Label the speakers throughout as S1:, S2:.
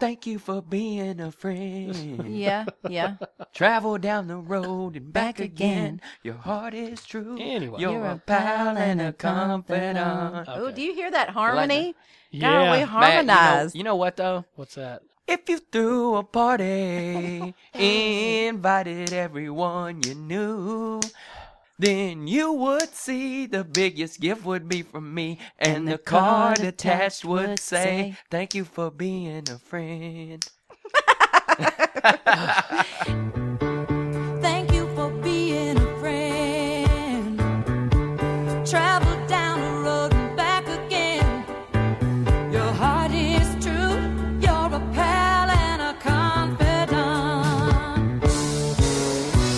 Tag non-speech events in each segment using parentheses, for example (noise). S1: Thank you for being a friend.
S2: Yeah, (laughs) yeah.
S1: Travel down the road and back again. Your heart is true.
S3: Anyway.
S1: You're, a pal and a confidant.
S2: Oh,
S3: Okay.
S2: do you hear that harmony? God,
S3: Yeah.
S2: we
S1: Matt, you know-
S2: harmonized.
S1: you know what though?
S3: What's that?
S1: If you threw a (laughs) party, invited everyone you knew, then you would see the biggest gift would be from me, and, the, card attached would say, "Thank you for being a friend."
S4: Thank you for being a friend. Travel down the road and back again. Your heart is true. You're a pal and a confidant.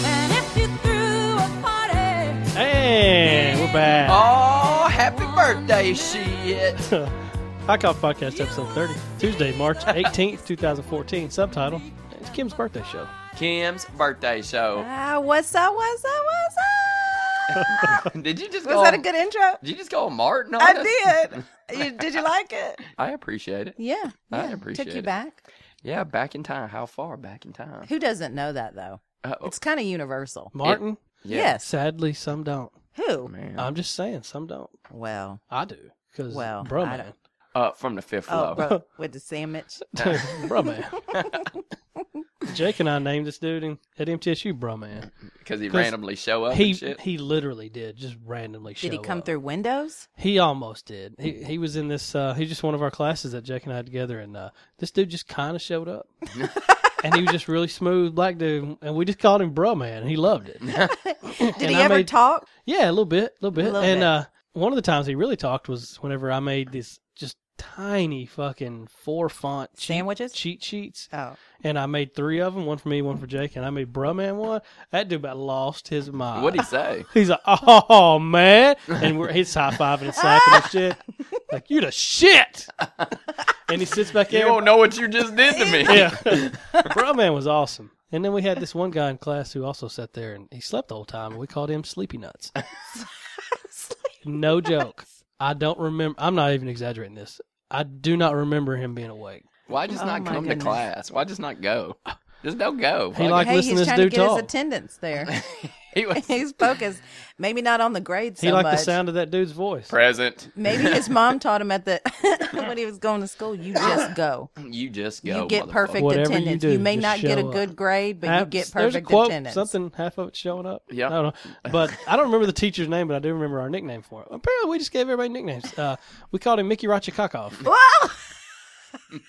S4: And if you threw a party,
S3: Hey, we're back.
S1: Oh, happy birthday, shit!
S2: Oh.
S3: (laughs) High Cop Podcast, episode 30,
S2: (laughs)
S3: Tuesday, March 18th, 2014. Subtitle It's Kim's birthday show.
S1: Kim's birthday show. (laughs)
S2: Ah, what's up? What's up? What's up?
S1: Did you just
S2: Was
S1: go?
S2: that a
S1: on-
S2: good intro?
S1: Did you just go on Martin? On us?
S2: (laughs) I did. You, did you like it?
S1: I appreciate it.
S2: Yeah,
S1: I
S2: yeah.
S1: appreciate
S2: Took you
S1: it.
S2: back.
S1: Yeah, back in time. How far back in time?
S2: Who doesn't know that though?
S3: Oh.
S1: Uh-oh.
S2: It's kind of universal.
S3: Martin,
S1: Yeah.
S2: Yes.
S3: sadly, some don't.
S2: Who?
S1: man.
S3: I'm just saying, some don't.
S2: Well,
S3: I do. Because,
S2: Well,
S3: bro,
S2: I
S3: man.
S1: Uh, from the fifth
S2: oh,
S1: floor.
S3: (laughs)
S2: bro, with the sandwich. (laughs)
S3: bro, man. Jake and I named this dude in, at MTSU,
S2: (laughs)
S3: bro, man.
S1: Because he
S3: 'Cause
S1: randomly show up
S3: He
S1: and shit.
S3: he literally did, just randomly.
S2: Did he
S3: show
S2: come
S3: up.
S2: through windows?
S3: He almost did. He he was in this. Uh, he's just one of our classes that Jake and I had together, and uh, this dude just kind of
S2: (laughs)
S3: showed up, and he was just really smooth black dude, and we just called him Bro Man, and he loved it.
S2: (laughs) Did
S3: And
S2: he
S3: I
S2: ever
S3: made-
S2: talk?
S3: Yeah, a little bit, a little bit,
S2: little
S3: and
S2: bit.
S3: uh, one of the times he really talked was whenever I made this just tiny fucking four font cheat,
S2: Sandwiches?
S3: cheat sheets,
S2: Oh,
S3: and I made three of them, one for me, one for Jake, and I made Bro Man one. That dude about lost his mind.
S1: Uh, What'd he
S3: (laughs)
S1: say?
S3: He's like, oh man, and we're, he's high fiving and slapping and
S2: (laughs)
S3: shit. Like you the shit. And he sits back
S1: You
S3: there.
S1: don't know what you just did to me.
S3: Yeah, (laughs) bro, man was awesome. And then we had this one guy in class who also sat there and he slept the whole time, and we called him Sleepy
S2: (laughs)
S3: Nuts. no joke. I don't remember. I'm not even exaggerating this. I do not remember him being awake.
S1: Why just
S2: Oh
S1: not
S2: my
S1: come to
S2: goodness.
S1: class? Why just not go? Just don't go.
S3: He
S1: Fuck
S3: like
S2: hey,
S3: listening
S2: he's
S3: to this
S2: trying to
S3: dude
S2: get
S3: talk.
S2: his attendance
S3: (laughs)
S2: there. (laughs)
S1: it. (laughs) He was
S2: he's focused. Maybe not on the grades.
S3: he
S2: so
S3: liked
S2: much.
S3: the sound of that dude's voice.
S1: present.
S2: Maybe
S3: (laughs)
S2: his mom taught him at the (laughs) when he was going to school. You just go.
S1: You just go.
S2: you get
S1: motherfucker.
S2: perfect
S3: Whatever you
S2: attendance.
S3: do,
S2: You, may
S3: just
S2: not get a
S3: show up.
S2: good grade, but you
S3: Abs-
S2: get
S3: There's a
S2: perfect
S3: quote,
S2: attendance. (laughs)
S3: Something half of it showing up.
S1: Yeah.
S3: I don't know. But I don't remember the teacher's name, but I do remember our nickname for it. Apparently, we just gave everybody nicknames. Uh, we called him Mickey Rachikakov.
S2: Whoa!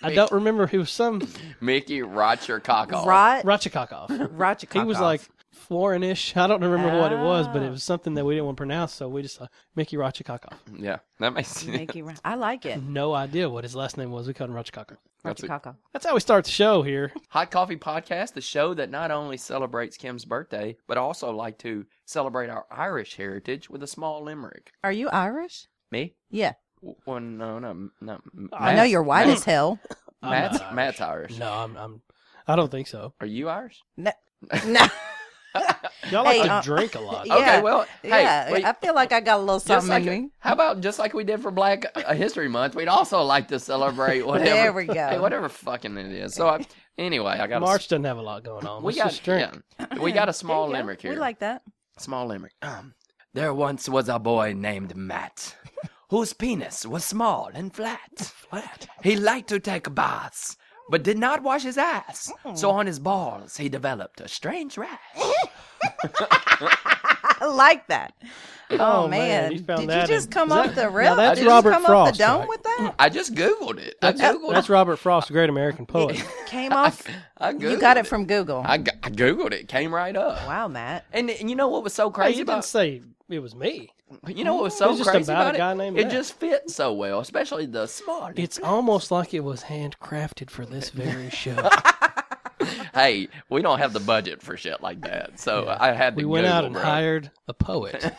S3: I don't remember. He was some
S1: Mickey, rot your cock off.
S2: Rot,
S3: Rachikakov.
S2: Roger
S3: He was
S2: Kokov.
S3: like foreignish. I don't remember what it was, but it was something that we didn't want to pronounce, so we just uh, Mickey Rachikakov.
S1: Yeah, that makes (laughs) sense.
S2: Mickey Ro- I like it.
S3: No idea what his last name was. We called him Rachikakov.
S1: That's
S2: Roger
S1: it.
S2: Kokov.
S3: That's how we start the show here.
S1: Hot Coffee Podcast, the show that not only celebrates Kim's birthday, but also like to celebrate our Irish heritage with a small limerick.
S2: Are you Irish?
S1: Me?
S2: Yeah.
S1: W- Well, no, no, no.
S2: I know you're white as hell.
S3: I'm
S1: Matt's
S3: not Irish.
S1: Matt's Irish.
S3: No, I'm. I'm I don't think so.
S1: Are you Irish?
S2: (laughs)
S1: (laughs)
S2: No. no.
S3: Y'all like
S2: Hey,
S3: to
S2: uh,
S3: drink
S1: (laughs)
S3: a lot.
S2: Yeah.
S1: Okay, well, hey,
S2: yeah.
S1: wait,
S2: I feel like I got a little
S1: just
S2: something
S1: like
S2: in me.
S1: how about just like we did for Black uh, History Month, we'd also like to celebrate
S2: (laughs)
S1: whatever.
S2: There we go.
S1: Hey, whatever fucking it is. So I, anyway, I got
S3: March doesn't have a lot going
S1: A,
S3: on.
S1: we
S3: Let's
S1: got
S3: just drink.
S1: yeah, we got a small
S2: (laughs) There you go.
S1: limerick here.
S2: We like that.
S1: small limerick. Um, there once was a boy named Matt, whose penis was small and flat.
S3: Flat.
S1: He liked to take baths, but did not wash his ass. So
S3: Oh.
S1: on his balls, he developed a strange rash.
S2: (laughs) I
S1: (laughs)
S2: like that. Oh,
S3: Oh, man,
S2: man.
S3: you found
S2: Did
S3: that
S2: you just
S3: in-
S2: come
S3: is
S2: off
S3: that-
S2: the
S3: now
S2: rail?
S3: that's
S2: Did you
S3: Robert
S2: just come
S3: Frost,
S2: off the dome
S3: right?
S2: with that?
S1: I just googled it. I googled.
S3: That's Robert Frost, the great American poet.
S2: (laughs)
S1: (laughs)
S2: Came off.
S1: I googled
S2: You got it from Google.
S1: I, gu- I googled it. Came right up. (laughs)
S2: Wow, Matt.
S1: And, and you know what was so
S3: Hey,
S1: crazy
S3: you didn't
S1: about
S3: say it was me.
S1: you know what was so
S3: It's just
S1: crazy
S3: about a
S1: about,
S3: guy
S1: it?
S3: named
S1: it
S3: Matt.
S1: just fit so well, especially the small.
S3: It's almost like it was handcrafted for this
S2: (laughs)
S3: very show.
S1: hey, we don't have the budget for shit like that, so I had to.
S3: we went out
S1: Google,
S3: and
S1: bro.
S3: hired
S2: (laughs)
S3: a poet,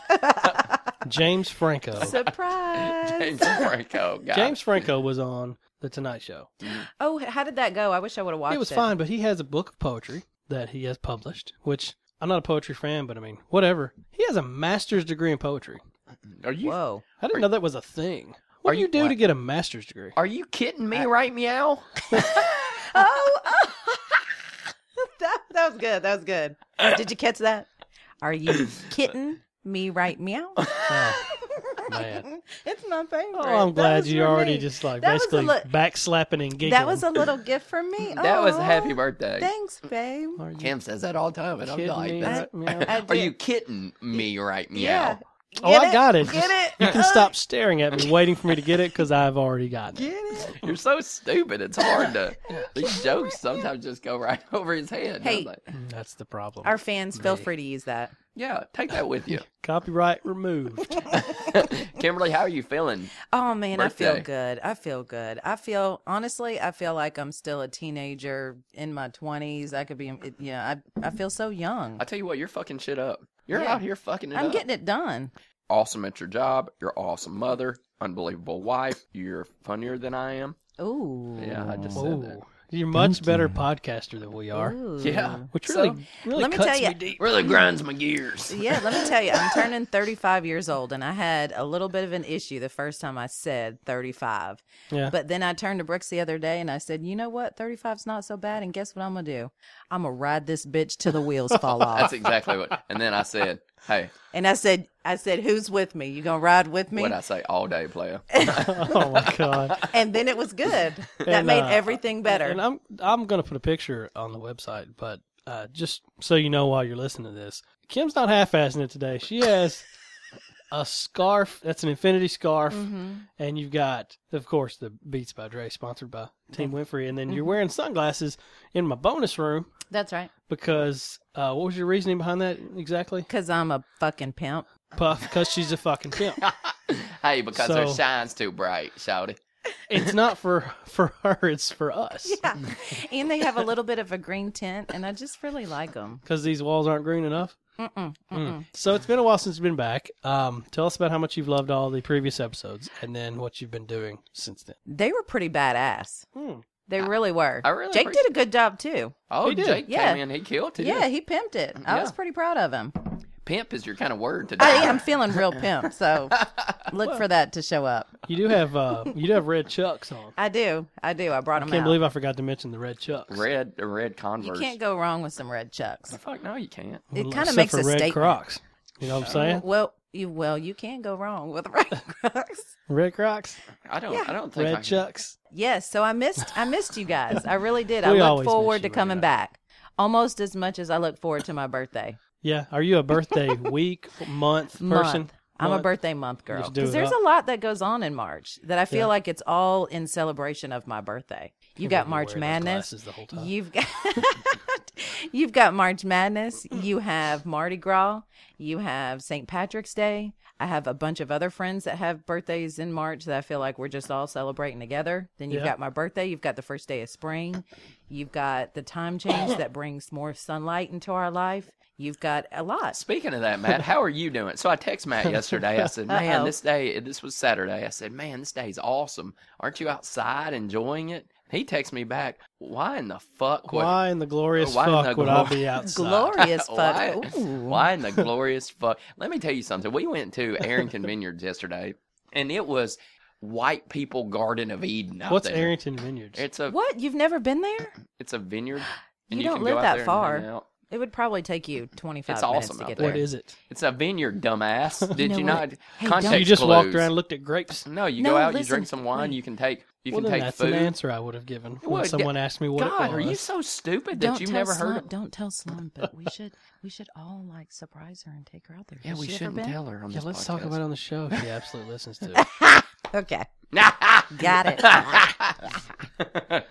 S3: James Franco.
S2: Surprise.
S1: James
S3: (laughs)
S1: Franco. God.
S3: James Franco was on the Tonight Show.
S2: oh, how did that go? I wish I would have watched
S3: It was fine, but he has a book of poetry that he has published, which I'm not a poetry fan, but I mean, whatever. He has a master's degree in poetry.
S1: are you
S2: Whoa.
S3: I didn't know that was a thing. What
S1: Are
S3: do
S1: you-
S3: you do
S1: what?
S3: to get a master's degree?
S1: are you kidding me right meow?
S2: oh, (laughs) that, that was good. That was good. Did you catch that? Are
S3: (coughs)
S2: you kidding me right meow?
S3: (laughs) Oh, man.
S2: it's my favorite.
S3: Oh, I'm
S2: That
S3: glad
S2: was
S3: you
S2: for
S3: already
S2: me.
S3: just like
S2: That was a
S3: basically
S2: look-
S3: backslapping and giggling.
S2: That was a little gift from
S3: (laughs)
S2: me.
S1: (laughs) That was
S2: Aw,
S1: a happy birthday.
S2: Thanks, babe.
S3: Are you
S1: Cam says that all the time, and I'm
S3: kidding
S1: like,
S3: me
S1: that's-
S3: right now?
S2: (laughs) I
S1: are
S2: did.
S1: you kidding me right now?
S2: Yeah.
S3: Oh,
S2: Get
S3: I got it.
S2: Get
S3: Just-
S2: it? (laughs)
S3: You can stop staring at me, waiting for me to get it because I've already gotten it.
S2: Get it?
S1: You're so stupid. It's hard
S2: (laughs)
S1: to. These jokes sometimes just go right (laughs) over his head. and I'm
S2: Hey.
S1: like,
S3: Mm, That's the problem.
S2: Our fans, feel free to use that.
S1: yeah, take that with
S2: (laughs)
S1: you.
S3: Copyright removed.
S1: Kimberly, how are you feeling?
S2: Oh man, I
S1: Birthday.
S2: feel good. I feel good. I feel honestly, I feel like I'm still a teenager in my twenties. I could be, it- yeah. I I feel so young.
S1: I tell you what, you're fucking shit up. You're
S2: Yeah.
S1: out here fucking it
S2: I'm
S1: up.
S2: getting it done.
S1: awesome at your job. You're an awesome mother. Unbelievable wife. You're funnier than I am.
S2: Ooh.
S1: (laughs) Yeah, I just said that.
S3: Ooh, you're much better podcaster than we are,
S2: Ooh.
S1: Yeah.
S3: Mm. which
S1: So,
S3: really, really
S2: let me
S3: cuts
S2: tell ya.
S3: (laughs) me deep.
S1: Really grinds my gears.
S2: Yeah, let me tell you, I'm turning 35 years old, and I had a little bit of an issue the first time I said 35.
S3: Yeah.
S2: But then I turned to Brooks the other day and I said, you know what? 35's not so bad. And guess what I'm going to do? I'm going to ride this bitch till the wheels
S3: (laughs)
S2: fall off.
S1: That's exactly what. And then I said, "Hey,
S2: and I said, I said, who's with me? You going to ride with (laughs) me?
S1: what I say all day,
S2: (laughs)
S1: player."
S3: (laughs) oh my god.
S2: and then it was
S3: (laughs)
S2: good. That
S3: And,
S2: made
S3: uh,
S2: everything better.
S3: And I'm I'm gonna put a picture on the website, but uh, just so you know while you're listening to this, Kim's not half-assing it today. She
S2: (laughs)
S3: has a scarf that's an infinity scarf,
S2: Mm-hmm.
S3: and you've got, of course, the Beats by Dre sponsored by Team Winfrey, and then
S2: Mm-hmm.
S3: you're wearing sunglasses in my bonus room
S2: That's right.
S3: because uh, what was your reasoning behind that exactly?
S2: Because I'm a fucking pimp.
S3: Puff, because she's a
S2: (laughs)
S3: fucking pimp.
S1: Hey, because her
S3: So-
S1: shine's too bright, Shouty.
S3: It's not for for her; it's for us.
S2: (laughs) Yeah. and they have a little bit of a green tint, and I just really like them.
S3: Because these walls aren't green enough. Mm. So it's been a while since you've been back. Um, tell us about how much you've loved all the previous episodes, and then what you've been doing since then.
S2: They were pretty badass.
S3: Hmm.
S2: They really were.
S1: I really
S2: Jake
S1: appreciate-
S2: did a good job too.
S1: Oh,
S3: He did.
S1: Jake
S2: Yeah.
S1: came in. He killed it.
S2: Yeah, he pimped it.
S3: Mm,
S2: I was
S1: Yeah.
S2: pretty proud of
S3: (laughs)
S2: him.
S1: Pimp is your kind of word today.
S2: I am feeling real pimp,
S3: (laughs)
S2: so look for that to show up.
S3: You do have uh, you do have red chucks
S2: (laughs)
S3: on.
S2: I do. I do. I brought him
S3: Can't
S2: out.
S3: believe I forgot to mention the red chucks.
S1: Red, uh, red
S2: you
S1: Converse.
S2: can't go wrong with some red chucks.
S1: Fuck no, you can't.
S2: It
S3: Well,
S2: kind of
S3: except
S2: makes
S3: for
S2: a
S3: red
S2: statement.
S3: Crocs. You know what I'm saying?
S2: Well, you well, you can't go wrong with red (laughs) Crocs.
S3: Red Crocs,
S1: I don't. I don't think. I
S3: red
S1: can.
S3: chucks.
S2: Yes, so I missed I missed you guys. I really
S3: (laughs)
S2: did.
S3: We
S2: I look
S3: always miss
S2: forward to
S3: you,
S2: coming
S3: Raina.
S2: back. Almost as much as I look forward to my birthday.
S3: Yeah. Are you
S2: (laughs)
S3: a birthday week, month person?
S2: month. I'm a
S3: Month?
S2: birthday month girl
S3: should do
S2: because
S3: it
S2: there's
S3: up.
S2: a lot that goes on in March that I feel
S3: Yeah.
S2: like it's all in celebration of my birthday. You
S3: Can't
S2: got
S3: believe
S2: March
S3: you're wearing those
S2: Madness.
S3: glasses the whole time.
S2: You've got (laughs) you've got March Madness. You have Mardi Gras. You have St. Patrick's Day. I have a bunch of other friends that have birthdays in March that I feel like we're just all celebrating together. Then you've
S3: Yeah.
S2: got my birthday. You've got the first day of spring. You've got the time change that brings more sunlight into our life. You've got a lot.
S1: Speaking of that, Matt, how are you doing? So I text Matt yesterday. I
S2: (laughs)
S1: said, "Man,
S2: Uh-oh.
S1: this day, this was Saturday." I said, "Man, this day's awesome. Aren't you outside enjoying it?" He texts me back, "Why in the fuck would
S3: Why in the glorious
S1: Why in the
S3: fuck would I
S1: glor-
S3: be outside?
S1: (laughs)
S2: Glorious fuck.
S1: Why,
S2: Ooh. (laughs)
S1: why in the glorious fuck? Let me tell you something. We went to Arrington Vineyards yesterday, and it was white people Garden of Eden. Out
S3: What's
S1: there.
S3: Arrington Vineyards?
S1: It's a
S2: What? You've never been there?
S1: it's a
S2: (gasps)
S1: vineyard.
S2: You don't live
S1: out
S2: that
S1: there and
S2: far.
S1: hang out.
S2: It would probably take you 25
S1: It's
S2: minutes
S1: awesome
S2: to
S1: out
S2: get
S1: there.
S2: there.
S3: what is it?
S1: It's a
S2: (laughs)
S1: vineyard, dumbass. Did
S2: know
S1: you
S2: what?
S1: not?
S2: Hey,
S1: Context
S2: don't-
S3: You just walked
S1: clues.
S3: around, and looked at grapes.
S1: No, you
S2: No,
S1: go out, you
S2: listen.
S1: drink some wine. You can take you
S3: Well,
S1: can
S3: then
S1: take
S3: that's
S1: food.
S3: an answer I would have given when
S1: Well, d-
S3: someone asked me what
S1: God,
S3: it was.
S1: are you so stupid that
S2: Don't
S1: you've
S2: tell
S1: never
S2: Sloan,
S1: heard of?
S2: Don't tell Sloan, but we should we should all like surprise her and take her out there.
S1: Yeah,
S2: Has
S1: we
S2: she ever
S1: shouldn't
S2: been?
S1: tell her on
S3: Yeah,
S1: this
S3: let's
S1: podcast.
S3: talk about it on the show. She absolutely listens (laughs) to it.
S1: (laughs)
S2: Okay,
S1: Nah.
S2: got it.
S1: but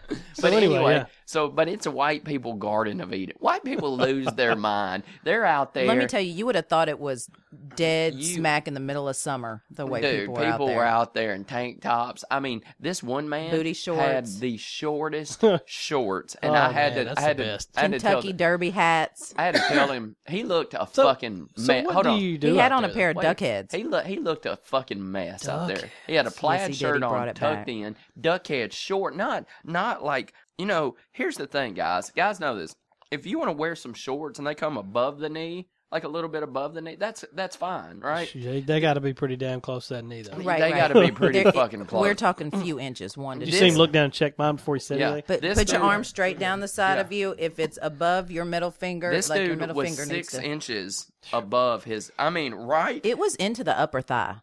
S3: anyway,
S1: anyway,
S3: yeah.
S1: so but it's a white people garden of Eden. White
S3: (laughs)
S1: people lose their mind. They're out there.
S2: Let me tell you, you would have thought it was dead
S1: You-
S2: smack in the middle of summer. The way
S1: Dude,
S2: people were out there.
S1: were out there in tank tops. I mean, this one man
S2: Booty
S1: had
S2: shorts.
S1: the shortest
S3: (laughs)
S1: shorts, and
S3: Oh,
S1: I had
S3: man,
S1: to,
S3: that's
S1: I had
S3: the
S1: to,
S3: best.
S1: I had to tell,
S2: Kentucky Derby hats.
S1: I had to tell him he looked a
S3: (laughs) So-
S1: fucking
S3: So
S1: mess.
S3: what
S1: Hold
S3: do
S1: on,
S3: you do?
S2: He had
S3: out
S2: on a
S3: there?
S2: pair of
S1: Wait,
S2: duck heads.
S1: He look, he looked a fucking mess out
S3: Duck
S1: there. He had a
S2: heads.
S1: plaid
S2: Yes, he did.
S1: shirt
S2: He brought
S1: on,
S2: it
S1: tucked
S2: back.
S1: in, duck head short, not not like you know. Here's the thing, guys. Guys know this. If you want to wear some shorts and they come above the knee, like a little bit above the knee, that's that's fine, right?
S3: They, they got to be pretty damn close to that knee, though.
S1: They
S3: You
S2: Right, right.
S1: gotta be pretty
S2: There-
S1: fucking close.
S2: (laughs) We're talking few inches, one to
S1: You
S3: Did
S2: two.
S3: you see him look down and check mine before he said
S1: Yeah.
S3: anything?
S2: But
S1: This
S2: put your
S1: dude-
S2: arm straight down the side
S1: Yeah.
S2: of you. If it's above your middle finger,
S1: This
S2: like your
S1: dude
S2: middle
S1: was
S2: finger
S1: six
S2: needs to.
S1: inches above his. I mean, right? It,
S2: it was into the upper thigh.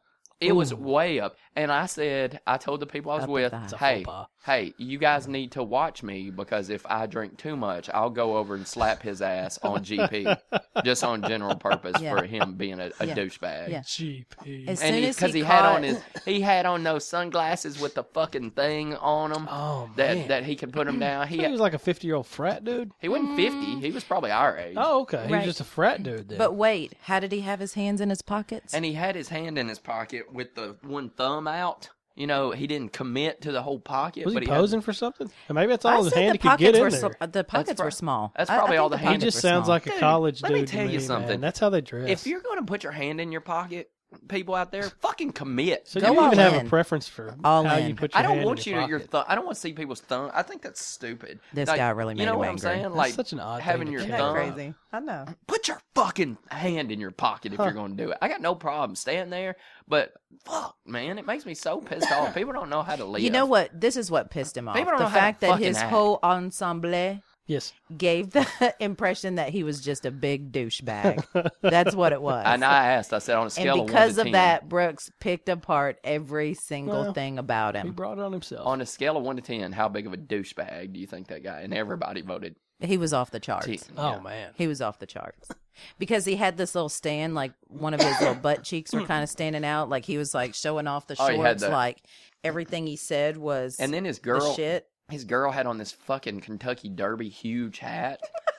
S1: was way up. And I said, I told the people I was
S2: Up
S1: with,
S2: at that.
S1: hey,
S3: It's a faux
S1: hey, you guys need to watch me because if I drink too much, I'll go over and slap his ass on GP, just on general purpose
S2: Yeah.
S1: for him being a, a
S2: Yeah.
S1: douchebag.
S2: Yeah.
S3: GP.
S2: As
S1: And
S2: soon as
S1: because
S2: he,
S1: he, had
S2: caught-
S1: on his, he had on those sunglasses with the fucking thing on them
S3: Oh,
S1: that
S3: man.
S1: that he could put them down.
S3: he
S1: He
S3: was like a 50 year old frat dude.
S1: he wasn't fifty. He was probably our age.
S3: Oh, okay. He
S2: Right.
S3: was just a frat dude then.
S2: But wait, how did he have his hands in his pockets?
S1: And he had his hand in his pocket with the one thumb out. You know, he didn't commit to the whole pocket.
S3: was he
S1: but had-
S3: posing for something? Or maybe that's all
S2: I
S3: his
S2: said the
S3: hand he could get
S2: pockets
S3: in
S2: were
S3: there.
S2: so- uh, the pockets were small.
S1: that's
S2: I- I
S1: probably
S2: think
S1: all the
S2: the
S1: hand-
S3: he
S2: pockets
S3: just
S2: were
S3: sounds
S2: small.
S3: like a
S1: Dude,
S3: college
S1: let
S3: dude.
S1: me
S3: to
S1: tell you
S3: man.
S1: something.
S3: That's how they dress.
S1: if you're going to put your hand in your pocket, people out there, fucking commit.
S3: so you
S2: Go
S3: don't even
S2: all
S3: have
S2: in.
S3: a preference for
S2: All
S3: how you
S2: in.
S3: put your
S1: I don't
S3: hand
S1: want
S3: in
S1: you to your
S3: pocket.
S1: thumb. I don't want to see people's thumb. I think that's stupid.
S2: This
S1: Like,
S2: guy really made
S1: You know
S2: him
S1: what I'm
S2: angry.
S1: saying?
S2: That's
S1: Like
S3: such an odd thing
S1: having
S3: to
S1: your
S3: care
S1: thumb.
S3: about. Crazy.
S2: I know.
S1: Put your fucking hand in your pocket if you're going to do it. I got no problem staying there, but fuck, man, it makes me so pissed off. People don't know how to live.
S2: You know what? This is what pissed him off.
S1: People don't
S2: The
S1: know how to
S2: fact that
S1: fucking
S2: his
S1: act.
S2: whole ensemble
S3: yes.
S2: gave the (laughs) impression that he was just a big douchebag.
S3: (laughs)
S2: That's what it was.
S1: And I asked. I said on a
S2: And
S1: scale of one
S2: because
S1: to
S2: of
S1: 10,
S2: that, Brooks picked apart every single
S3: Well,
S2: thing about
S3: He
S2: him.
S3: brought it on himself.
S1: on a scale of one to ten, how big of a douchebag do you think that guy? And everybody voted
S2: He was off the charts.
S1: ten.
S3: oh
S1: Yeah.
S3: man.
S2: He was off the charts because he had this little stand, like one of his
S1: (coughs)
S2: little butt cheeks were kind of standing out, like he was like showing off the
S1: Oh, he had
S2: shorts,
S1: that.
S2: like everything he said was
S1: And then his
S2: the
S1: girl,
S2: shit.
S1: his girl had on this fucking Kentucky Derby huge
S2: (laughs)
S1: hat.
S2: (laughs)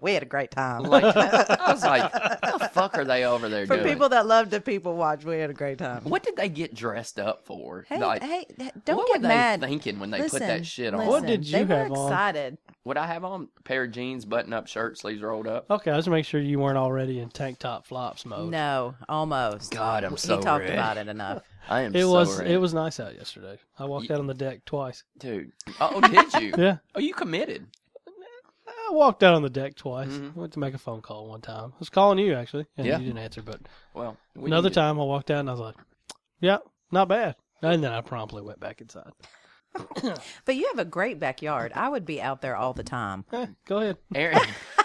S2: We had a great time.
S1: Like I was like, what the fuck are they over there
S2: (laughs) For
S1: doing?
S2: people that love to people watch, we had a great time.
S1: what did they get dressed up for?
S2: Hey,
S1: Like,
S2: hey, th- don't
S1: what
S2: get
S1: were
S2: mad.
S1: They thinking when they
S2: listen,
S1: put that shit on.
S2: Listen,
S3: What did you
S2: they
S3: have
S2: were
S3: on?
S2: excited.
S1: Would I have on? A pair of jeans, button up shirt, sleeves rolled up.
S3: Okay, I was make sure you weren't already in tank top flops mode.
S2: No, almost.
S1: Oh, God, I'm so
S2: He talked
S1: ready.
S2: about it enough.
S1: I am.
S3: It
S1: so
S3: was
S1: ready.
S3: it was nice out yesterday. I walked out on the deck twice. (laughs)
S1: dude. Oh, did you?
S3: Yeah.
S1: Oh, you committed.
S3: I walked out on the deck twice. I went to make a phone call one time. I was calling you actually,
S1: Mm-hmm.
S3: and
S1: Yeah.
S3: you didn't answer. But
S1: Well, we
S3: another
S1: needed-
S3: time, I walked out and I was like, "Yeah, not bad." And then I promptly went back inside. (laughs)
S2: But you have a great backyard. I would be out there all the time.
S3: Eh, go ahead.
S1: Aaron,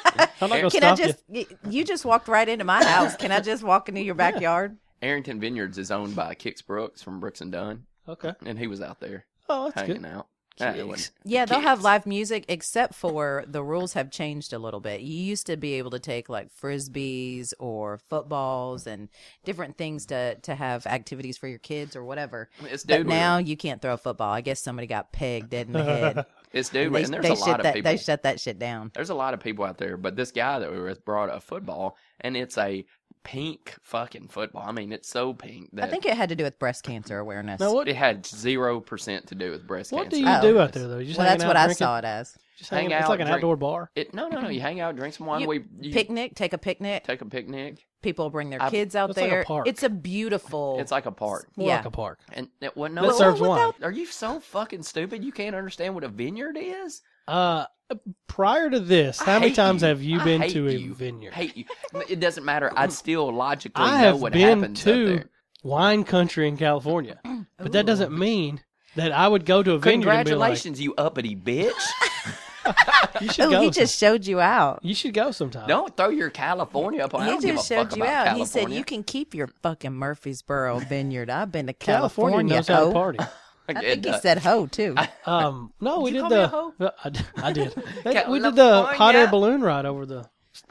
S3: I'm not gonna
S2: Can I
S3: stop
S2: just? You. you just walked right into my house. Can I just walk into your backyard?
S1: Arrington Vineyards is owned by Kix Brooks from Brooks and Dunn,
S3: you. Okay.
S1: and he was out there
S3: Oh, that's
S1: hanging
S3: good.
S1: out. Yeah, it wasn't-
S2: Yeah, they'll have
S1: Kix.
S2: live music, except for the rules have changed a little bit. You used to be able to take like frisbees or footballs and different things to to have activities for your kids or whatever.
S1: It's
S2: But
S1: dude.
S2: now you can't throw a football. I guess somebody got pegged dead in the head.
S1: It's dude,
S2: they,
S1: and there's
S2: they
S1: a lot
S2: shut
S1: of
S2: that,
S1: people.
S2: they shut that shit down.
S1: there's a lot of people out there, but this guy that we were with brought a football, and it's a pink fucking football. I mean, it's so pink that
S2: I think it had to do with breast cancer awareness.
S3: Now what?
S1: it had zero percent to do with breast
S3: What do
S1: cancer.
S3: you
S2: Oh.
S3: do out there though? You just
S2: well,
S3: hanging
S2: that's what
S3: out
S2: I
S3: drinking?
S2: saw it as.
S3: Just
S1: Hang
S3: hanging, it's
S1: out,
S3: like an
S1: drink.
S3: outdoor bar.
S1: It, no, no, no. You hang out, drink some wine.
S2: You-
S1: we you
S2: picnic, take a picnic.
S1: take a picnic.
S2: People bring their
S1: I've-
S2: kids out
S3: It's like a
S2: there.
S3: park.
S2: It's a beautiful.
S1: It's like a park,
S3: More
S2: yeah.
S3: like a park.
S1: and it, well, no,
S3: That serves
S2: without-
S3: wine.
S1: Are you so fucking stupid? You can't understand what a vineyard is.
S3: Uh, prior to this,
S1: I
S3: how many
S1: hate
S3: times have you
S1: I
S3: been
S1: hate
S3: to a
S1: you.
S3: vineyard?
S1: Hate you. It doesn't matter.
S3: (laughs)
S1: I still logically
S3: I
S1: know
S3: have
S1: what
S3: been
S1: happens up
S3: to
S1: there.
S3: wine country
S2: (clears throat)
S3: in California, but that doesn't mean that I would go to a vineyard and be like,
S1: Congratulations, you uppity
S3: (laughs)
S1: bitch.
S3: "You should
S2: Ooh,
S3: go."
S2: he just showed you out.
S3: You should go sometime.
S1: Don't throw your California up on. I
S2: He
S1: don't give a
S2: just
S1: fuck about
S2: showed you out. He said
S1: California.
S2: you can keep your
S1: (laughs)
S2: fucking Murfreesboro vineyard. I've been to
S3: California,
S2: California. oh.
S3: knows how to
S2: ho.
S3: party.
S2: I
S1: It
S2: think he
S1: does.
S2: said ho too.
S3: (laughs) Um, no, we
S1: Did you
S3: did
S1: call me a hoe?
S3: the. no, I did.
S1: (laughs)
S3: I did. They- we did the hot air
S1: California.
S3: balloon ride over the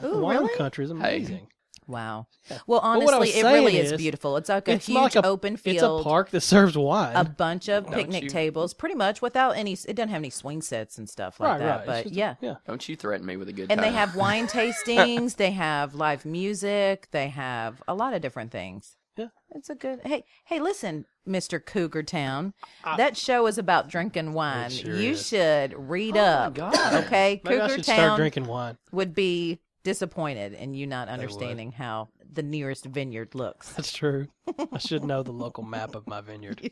S2: Ooh,
S3: wine
S2: really?
S3: country. It's amazing.
S2: Wow. Well,
S3: But what I
S2: honestly,
S3: was
S2: it really
S3: saying
S2: is,
S3: is,
S2: beautiful. It's like a
S3: it's
S2: huge
S3: like a,
S2: open
S3: It's a
S2: field.
S3: park that serves wine.
S2: a bunch of picnic
S1: you-
S2: tables, pretty much without any. It doesn't have any swing sets and stuff like
S3: right,
S2: that.
S3: right. It's
S2: But
S3: just-
S2: yeah.
S3: yeah.
S1: Don't you threaten me with a good time.
S2: And they have
S3: (laughs)
S2: wine tastings. they have live music. They have a lot of different things.
S3: Yeah.
S2: It's a good. Hey, hey, listen, Mister Cougar Town. that show is about drinking wine.
S3: sure
S2: you
S3: is.
S2: should read up. Okay,
S3: Maybe I
S2: Cougar
S3: should start
S2: Town
S3: drinking wine.
S2: (laughs) would be disappointed in you not understanding how the nearest vineyard looks. (laughs)
S3: That's true. I should know the local map of my vineyard.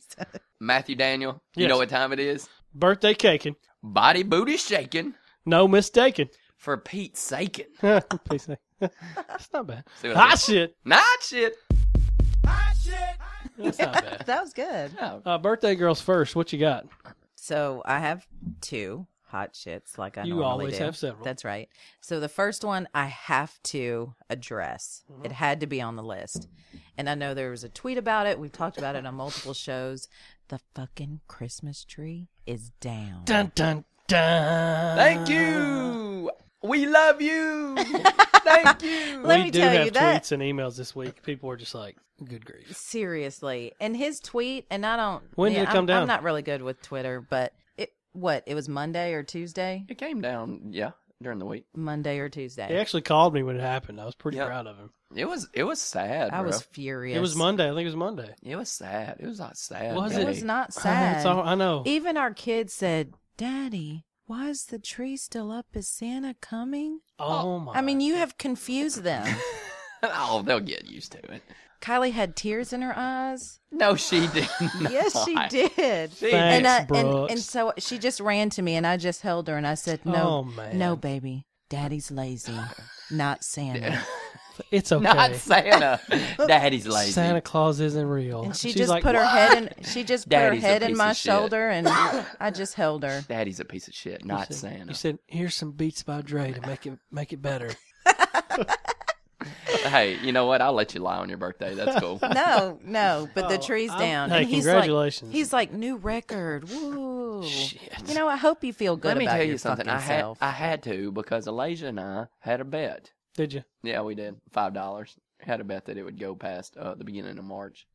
S1: Matthew Daniel. You
S3: Yes.
S1: know what time it is?
S3: Birthday caking,
S1: Body booty shaking.
S3: no mistaking. (laughs)
S1: for Pete's sake.
S3: Please say. (laughs) That's not bad.
S1: See what I
S3: Hot
S1: did?
S3: shit.
S1: Not shit.
S3: That's not bad.
S2: That was good.
S3: Uh, birthday girls first. What you got?
S2: So I have two hot shits like I
S3: You
S2: normally
S3: always
S2: do.
S3: have several.
S2: That's right. So the first one I have to address.
S3: Mm-hmm.
S2: It had to be on the list. And I know there was a tweet about it. We've talked about it on multiple shows. The fucking Christmas tree is down.
S3: Dun dun dun.
S2: Uh.
S1: Thank you. We love
S2: (laughs)
S1: you. Thank you.
S2: Let
S3: we
S2: me
S3: do
S2: tell
S3: have
S2: you that-
S3: tweets and emails this week. People are just like, good grief.
S2: Seriously. And his tweet, and I don't
S3: When did
S2: yeah,
S3: it come
S2: I'm,
S3: down?
S2: I'm not really good with Twitter, but it what, it was Monday or Tuesday?
S1: It came down, yeah, during the week.
S2: Monday or Tuesday.
S3: He actually called me when it happened. I was pretty
S1: Yeah.
S3: proud of him.
S1: It was it was sad.
S2: I was
S1: bruh.
S2: furious.
S3: It was Monday. I think it was Monday.
S1: It was sad. It was not sad.
S3: Was
S2: It
S1: day.
S2: was
S3: (sighs)
S2: not
S3: I, know,
S2: sad.
S3: it's all- I know.
S2: Even our kids said, Daddy, why is the tree still up? Is Santa coming?
S3: oh my.
S2: I mean, you have confused them.
S1: (laughs)
S3: (laughs)
S1: Oh, they'll get used to it.
S2: Kylie had tears in her eyes.
S1: No, she didn't.
S2: (laughs) Yes, she did.
S1: She
S3: Thanks,
S2: and, I, and
S3: Brooks.
S2: and so she just ran to me and I just held her and I said,
S3: Oh,
S2: No,
S3: man.
S2: no, baby. Daddy's lazy, not Santa.
S3: it's okay.
S1: Not
S2: (laughs)
S1: Santa. Daddy's lazy.
S3: Santa Claus isn't real.
S2: And she
S3: She's
S2: just
S3: like,
S2: put her
S3: "What?"
S2: head in she just put her
S1: Daddy's a
S2: head in
S1: piece
S2: my
S1: of shit.
S2: shoulder and I just held her.
S1: Daddy's a piece of shit. Not Santa.
S3: You said, "Here's some beats by Dre to make it make it
S1: (laughs)
S3: better."
S1: hey, you know what? I'll let you lie on your birthday. That's
S2: (laughs)
S1: cool.
S2: No, no, but the
S3: Oh,
S2: tree's
S3: I'm-
S2: down.
S3: Hey,
S2: and he's
S3: congratulations.
S2: Like, he's like new record. Woo.
S3: Shit.
S2: You know, I hope you feel good
S1: Let me
S2: about
S1: tell
S2: your
S1: you something. I
S2: fucking
S1: had
S2: self.
S1: I had to because Elijah and I had a bet.
S3: Did you?
S1: Yeah, we did five dollars. Had a bet that it would go past uh, the beginning of March,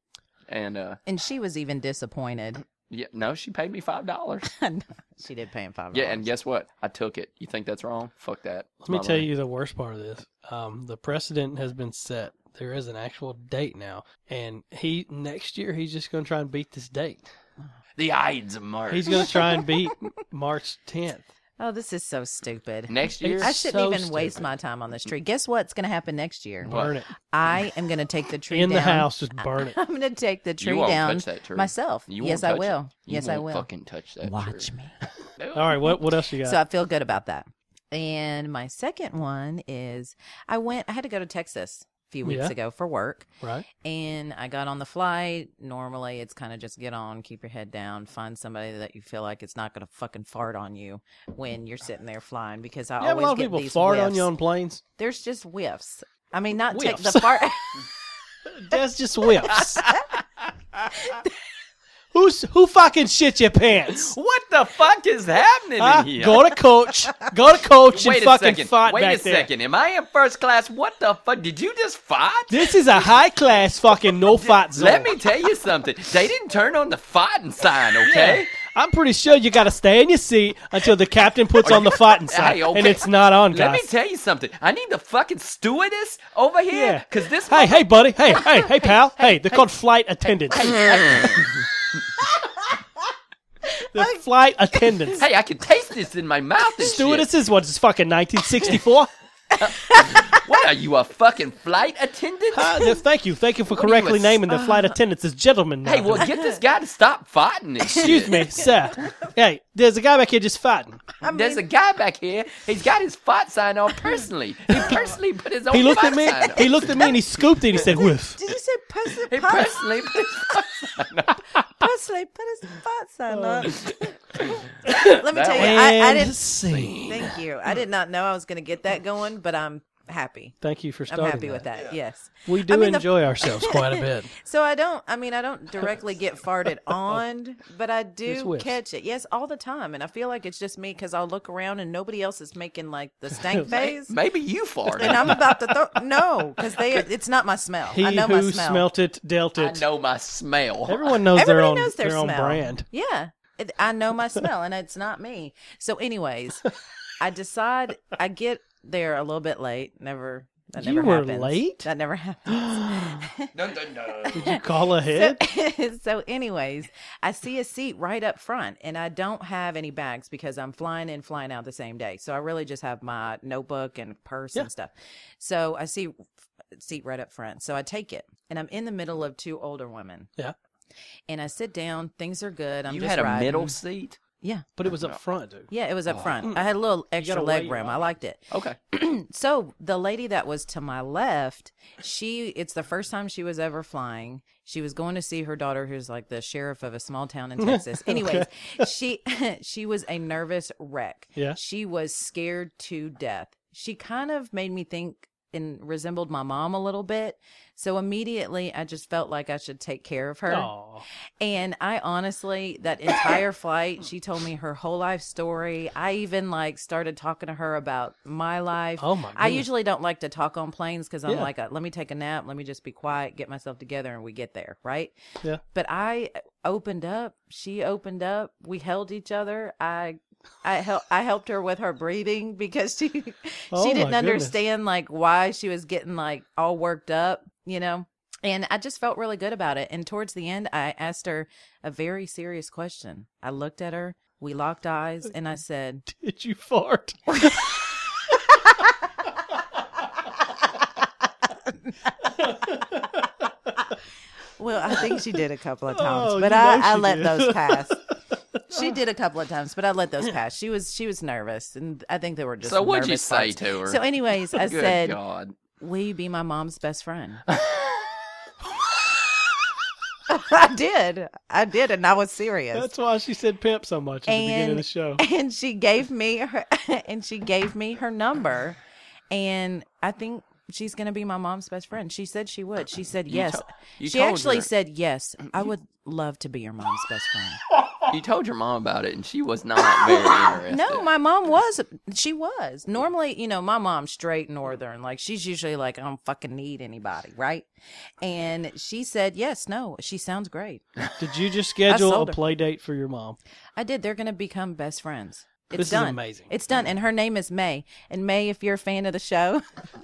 S1: and uh,
S2: and she was even disappointed. (laughs)
S1: yeah, no, she paid me five dollars.
S2: she did pay him five.
S1: Yeah, and guess what? I took it. You think that's wrong? Fuck that. It's
S3: Let me
S1: my
S3: tell
S1: money.
S3: you the worst part of this. Um, the precedent has been set. There is an actual date now, and he next year he's just going to try and beat this date.
S1: the Ides of March.
S3: He's going to try
S2: (laughs)
S3: and beat March 10th.
S2: Oh, this is so
S1: (laughs)
S2: stupid.
S1: Next year,
S2: I shouldn't
S3: so
S2: even waste
S3: stupid.
S2: my time on this tree. Guess what's going to happen next year?
S1: What?
S3: Burn it
S2: I am going to take the tree
S3: in
S2: down.
S3: the house. Just burn
S2: (laughs)
S3: it.
S2: I'm going to take the tree
S1: won't
S2: down
S1: touch that tree.
S2: myself.
S1: you
S2: yes,
S1: won't
S2: I
S1: touch
S2: will.
S1: it. You
S2: yes,
S1: won't
S2: I will.
S1: Fucking touch that.
S2: Watch
S1: tree.
S2: me.
S1: (laughs)
S3: All right. What what else you got?
S2: So I feel good about that. And my second one is I went. I had to go to Texas a few weeks
S3: Yeah.
S2: ago for work.
S3: right.
S2: and I got on the flight. Normally, it's kind of just get on, keep your head down, find somebody that you feel like it's not going to fucking fart on you when you're sitting there flying. Because I
S3: You have a
S2: always
S3: lot of
S2: get
S3: people
S2: these
S3: fart
S2: whiffs.
S3: on you
S2: (laughs)
S3: on planes.
S2: There's just whiffs. I mean, not tech the
S3: Whiffs.
S2: fart.
S3: That's just whips. (laughs) Who's who fucking shit your pants?
S1: What the fuck is happening
S3: Huh?
S1: in here?
S3: Ah,
S1: (laughs)
S3: Go to coach. Go to coach
S1: Wait
S3: and
S1: a
S3: fucking
S1: second.
S3: fight
S1: Wait
S3: back
S1: a
S3: there.
S1: second. Am I in first class? What the fuck? Did you just fight?
S3: This is a high class
S1: (laughs)
S3: fucking no fight zone.
S1: Let me tell you something. They didn't turn on the fighting sign, okay?
S3: I'm pretty sure you gotta stay in your seat until the captain puts on the fighting
S1: (laughs)
S3: sign,
S1: Hey, okay.
S3: and it's not on,
S1: Let me
S3: guys.
S1: tell you something. I need the fucking stewardess over here
S3: Yeah.
S1: because this.
S3: hey, hey,
S1: (laughs)
S3: buddy. Hey, hey, hey, pal. Hey, they're called flight attendants. (laughs) the flight attendants.
S1: Hey, I can taste this in my mouth. And
S3: Stewardess is what? It's
S1: (laughs)
S3: fucking 1964.
S1: Shit. What are you, a fucking flight attendant?
S3: Huh? Yes, Ah, Thank you, thank you for
S1: do you
S3: correctly
S1: ex-
S3: naming the flight attendants as gentlemen.
S1: Ah. Hey,
S3: now.
S1: well, get this guy to stop fighting and
S3: excuse
S1: shit.
S2: (laughs)
S3: me, sir. Hey, there's a guy back here just fighting.
S1: There's a guy back here. He's got his fight sign on personally.
S3: (laughs)
S1: He personally put his own
S3: He looked
S1: fight
S3: at me.
S1: sign on.
S3: He looked at me and he scooped it. and He said, "Whiff."
S2: Did you say pussy?
S1: He personally put his fight sign on.
S2: Pussy, put his fart sign on. Let me
S1: That
S2: tell
S1: one.
S2: you, (laughs) I, I (laughs)
S3: And
S2: didn't.
S3: scene.
S2: Thank you. I
S3: (laughs)
S2: did not know I was going to get that going, but I'm happy.
S3: Thank you for
S2: I'm
S3: starting.
S2: happy with that. Yes.
S3: We do
S2: I mean, the- (laughs)
S3: enjoy ourselves quite a bit.
S2: So I don't. I mean, I don't directly
S3: (laughs)
S2: get farted
S3: Oh.
S2: on, but I do
S3: whiffs.
S2: catch it. Yes, all the time, and I feel like it's just me because I'll look around and nobody else is making like the
S3: (laughs)
S2: stank face,
S1: Maybe you farted.
S2: and I'm about to throw. No, because they.
S3: (laughs)
S2: It's not my smell.
S3: He
S2: I know my
S3: who
S2: smell.
S3: smelt it dealt
S1: I
S3: it.
S1: know my smell.
S3: Everyone knows
S2: Everybody
S3: their own
S2: knows their,
S3: own
S2: smell. (laughs)
S3: brand.
S2: Yeah, it, I know
S3: (laughs)
S2: my smell, and it's not me. So, anyways, I decide I get there a little bit late. Never. That
S3: You
S2: never
S3: were
S2: happens.
S3: late?
S2: That never happens. (laughs)
S1: Dun, dun, dun.
S3: Did you call ahead?
S2: so, anyways, I see a seat right up front, and I don't have any bags because I'm flying in, flying out the same day. So I really just have my notebook and purse
S3: Yeah.
S2: and stuff. So I see a seat right up front. So I take it, and I'm in the middle of two older women.
S3: Yeah.
S2: And I sit down. Things are good. I'm
S1: You
S2: just
S1: had a
S2: riding.
S1: middle seat?
S2: Yeah.
S3: But it was up front, dude.
S2: Yeah, it was up front. I had a little extra
S3: Mm. gotta
S2: leg
S3: wait.
S2: room. I liked it.
S1: Okay.
S2: So the lady that was to my left, she it's the first time she was ever flying. She was going to see her daughter who's like the sheriff of a small town in
S3: (laughs)
S2: Texas. Anyways, she (laughs) she was a nervous wreck.
S3: Yeah.
S2: She was scared to death. She kind of made me think and resembled my mom a little bit. So immediately I just felt like I should take care of her.
S3: Aw.
S2: And I honestly, that entire flight, she told me her whole life story. I even like started talking to her about my life.
S3: Oh, my
S2: I
S3: goodness.
S2: usually don't like to talk on planes because I'm
S3: Yeah.
S2: like, uh, let me take a nap, let me just be quiet, get myself together, and we get there, right?
S3: Yeah.
S2: But I uh, opened up. She opened up. We held each other. I. I help, I helped her with her breathing because she she
S3: Oh, my
S2: didn't
S3: goodness. (laughs)
S2: understand like why she was getting like all worked up, you know. And I just felt really good about it. And towards the end, I asked her a very serious question. I looked at her, we locked eyes, and I said,
S3: Did
S2: (laughs)
S3: you fart? (laughs)
S2: Well, I think she did a couple of times,
S3: (laughs) Oh,
S2: but
S3: you
S2: I,
S3: know
S2: I
S3: she
S2: let
S3: did.
S2: those
S3: (laughs)
S2: pass. She did a couple of times, but I let those pass. She was she was nervous, and I think they were just.
S1: So what'd you
S2: nervous
S1: say
S2: farts.
S1: to her?
S2: So, anyways,
S1: (laughs)
S2: I
S1: Good
S2: said,
S1: God.
S2: "Will you be my mom's
S1: (laughs)
S2: best friend?" I did, I did, and I was serious.
S3: That's why she said pimp so much at the beginning of
S2: And-
S3: the show.
S2: and she gave me her (laughs) and she gave me her number and i think she's going to be my mom's best friend she said she would she said yes
S1: to- you
S2: she
S1: told
S2: actually
S1: her.
S2: said yes i would love to be your mom's best friend
S1: You told your mom about it, and she was not very interested.
S2: (laughs) no my mom was she was normally you know my mom's straight northern like she's usually like i don't fucking need anybody right and she said yes no she sounds great
S3: Did you just schedule a
S2: sold her.
S3: play date for your mom?
S2: I did. They're going to become best friends. It's
S3: This is
S2: done.
S3: amazing.
S2: It's done. And her name is May. And May, if you're a fan of the show,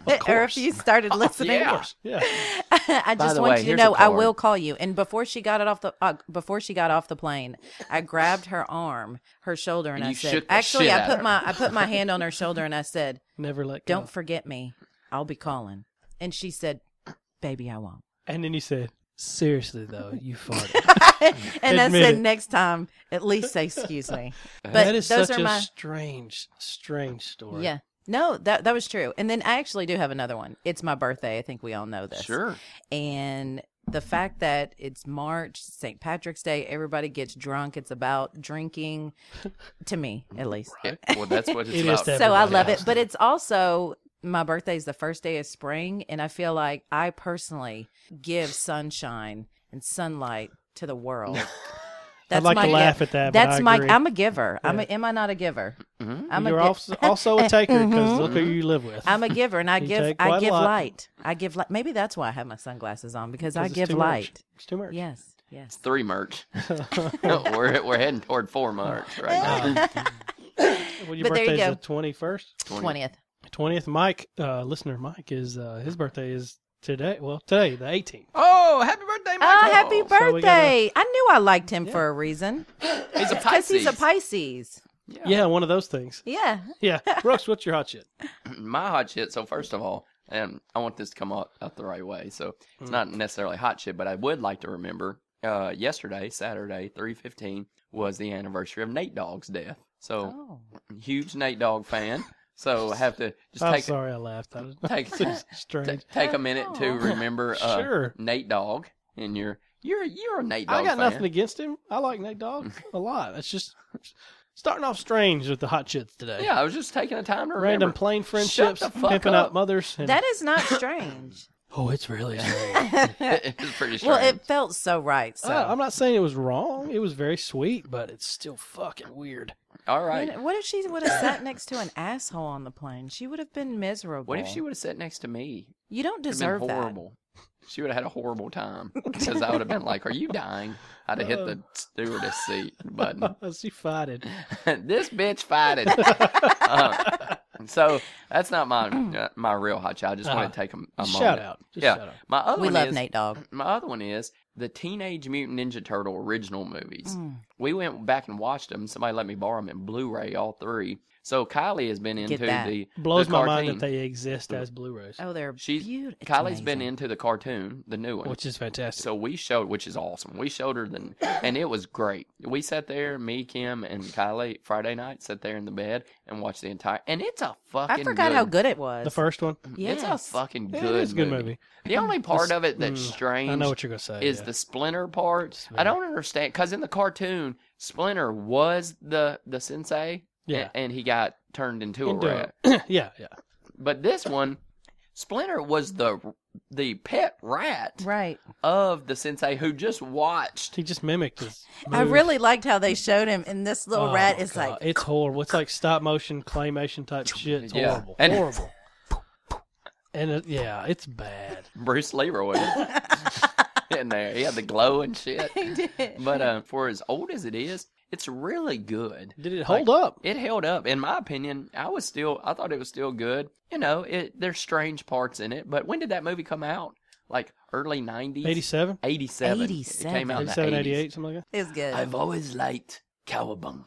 S2: (laughs) or if
S1: (laughs)
S2: you started listening,
S1: yeah.
S3: Yeah.
S2: (laughs) I
S1: By
S2: just
S1: the
S2: want
S1: way,
S2: you to
S1: here's a
S2: know I
S1: card.
S2: will call you. And before she got it off the uh, before she got off the plane, I grabbed her arm, her shoulder, and,
S1: And
S2: I
S1: you
S2: said,
S1: shook the
S2: "Actually,
S1: shit
S2: I
S1: out
S2: put
S1: of
S2: my I put my
S1: (laughs)
S2: hand on her shoulder and I said,
S3: Never let go.
S2: "Don't forget me. I'll be calling." And she said, "Baby, I won't." (laughs)
S3: And then you said, seriously, though, you farted.
S2: and I
S3: Admit
S2: said,
S3: it.
S2: "Next time, at least say excuse me." But
S3: (laughs) that is
S2: those
S3: such
S2: are
S3: a
S2: my
S3: strange, strange story.
S2: Yeah. No, that that was true. And then I actually do have another one. It's my birthday. I think we all know this.
S1: Sure.
S2: And the fact that it's March, St. Patrick's Day, everybody gets drunk. It's about drinking, to me at least.
S1: Yeah, well, that's what it's
S3: It is
S1: about.
S3: that-
S2: So I
S3: Everybody
S2: love it.
S3: loves
S2: But it's also my birthday is the first day of spring, and I feel like I personally give sunshine and sunlight to the world. (laughs) That's
S3: like to
S2: gi-
S3: laugh at that, but
S2: That's
S3: I
S2: my.
S3: agree.
S2: I'm a giver. I'm. A, am I not a giver?
S1: Mm-hmm.
S2: I'm
S3: You're
S2: gi- (laughs)
S3: (laughs) also, also a taker because look who you live with.
S2: I'm a giver, and I
S3: You
S2: give
S3: take quite
S2: I
S3: a
S2: give
S3: lot.
S2: light. I give light. Maybe that's why I have my sunglasses on because I
S3: It's
S2: give
S3: too much.
S2: light.
S3: It's too much.
S2: Yes, yes.
S1: Three merch. (laughs) we're, we're heading toward four merch right now.
S3: Well, your
S2: But there you
S3: birthday's
S2: go.
S3: the 21st.
S2: Twentieth.
S3: 20th, Mike, uh, listener Mike, is uh, his birthday is today. Well, today, the 18th.
S1: Oh, happy birthday, Michael!
S2: Oh, happy birthday!
S3: So we gotta-
S2: I knew I liked him for a reason
S1: He's a
S2: because
S1: Pisces.
S2: he's a Pisces.
S3: Yeah, one of those things.
S2: Yeah. (laughs)
S3: Yeah. Brooks, what's your hot shit?
S1: my hot shit. So first of all, and I want this to come out, out the right way. So
S3: Hmm.
S1: it's not necessarily hot shit, but I would like to remember. Uh, yesterday, Saturday, three fifteen was the anniversary of Nate Dogg's death. So
S2: Oh.
S1: huge Nate Dogg fan. So I have to just
S3: I'm
S1: take
S3: sorry I laughed. That was (laughs)
S1: take (laughs) ta-
S3: strange.
S1: take a minute to
S2: Oh.
S1: remember uh,
S3: Sure.
S1: Nate Dogg and your you're you're a Nate Dogg
S3: I got
S1: fan.
S3: nothing against him. I like Nate Dogg a lot. It's just (laughs) starting off strange with the hot shits today.
S1: yeah, I was just taking the time to remember.
S3: Random plain friendships,
S1: the fuck
S3: pimping
S1: up.
S3: out mothers. And,
S2: That is not strange.
S3: oh, it's really strange.
S1: (laughs) it's pretty strange.
S2: (laughs) well, it felt so right.
S1: Oh,
S2: So,
S3: (laughs) Uh, I'm not saying it was wrong. It was very sweet, but it's still
S1: (laughs)
S3: fucking weird.
S1: All
S2: I
S1: right.
S2: mean, what if she would have sat next to an asshole on the plane? She would have been miserable.
S1: What if she would have sat next to me?
S2: You don't
S1: It'd have
S2: deserve
S1: been
S2: that.
S1: horrible. She would have had a horrible time because I would
S2: (laughs)
S1: have been like, "Are you dying?" I'd have hit the
S2: Uh.
S1: stewardess seat
S3: (laughs)
S1: button. (laughs)
S3: she fighted.
S1: this bitch
S2: (laughs)
S1: fighted. Uh, so that's not my uh, my real hot shot. I just want to take a, a
S3: Shout
S1: moment.
S3: out. Just
S1: yeah,
S3: shout out.
S1: my other
S2: Uh-huh. Oh, We
S1: one
S2: love
S1: is,
S2: Nate Dogg.
S1: My other one is the Teenage Mutant Ninja Turtle
S2: Mm.
S1: original movies. We went back and watched them. Somebody let me borrow them in Blu-ray, all three. So Kylie has been into
S2: that.
S1: the
S3: Blows
S1: the
S3: my
S1: cartoon.
S3: mind that they exist as Blu-rays,
S2: Oh, they're
S1: She's-
S2: beautiful.
S1: Kylie's been into the cartoon, the new one.
S3: which is fantastic.
S1: so we showed, which is awesome. We showed her the, and it was great. We sat there, me, Kim, and Kylie Friday night, sat there in the bed and watched the entire. And it's a fucking.
S2: I forgot how good it was.
S3: the first one,
S1: It's a
S2: Yes.
S1: fucking
S3: Yeah,
S1: good.
S3: it is a good
S1: movie.
S3: movie.
S1: The only part
S3: This-
S1: of it that's
S3: mm,
S1: strange
S3: I know what you're gonna say.
S1: is
S3: yeah.
S1: the Splinter part. I
S3: Splinter.
S1: don't understand because in the cartoon, Splinter was the the sensei,
S3: Yeah.
S1: a- and he got turned into
S3: Into
S1: a
S3: a-
S1: rat.
S3: (laughs) yeah, yeah.
S1: But this one, Splinter was the the pet rat
S2: Right.
S1: of the sensei who just watched.
S3: He just mimicked his.
S2: I
S3: moves.
S2: really liked how they showed him, and this little
S3: Oh,
S2: rat is
S3: God.
S2: like, (laughs)
S3: it's horrible. It's like stop motion claymation type shit. It's
S1: Yeah.
S3: horrible,
S1: And-
S3: horrible. And it, yeah, it's bad.
S1: Bruce Leroy in there. He had the glow and shit. But uh, for as old as it is, it's really good.
S3: Did it
S1: Like,
S3: hold up?
S1: It held up, in my opinion. I was still, I thought it was still good. You know, it there's strange parts in it. But when did that movie come out? Like early nineties,
S3: 87?
S1: eighty-seven. It came out in the
S3: 87,
S1: 80s.
S3: 88, something like
S2: it's good.
S1: I've always liked cowabunga.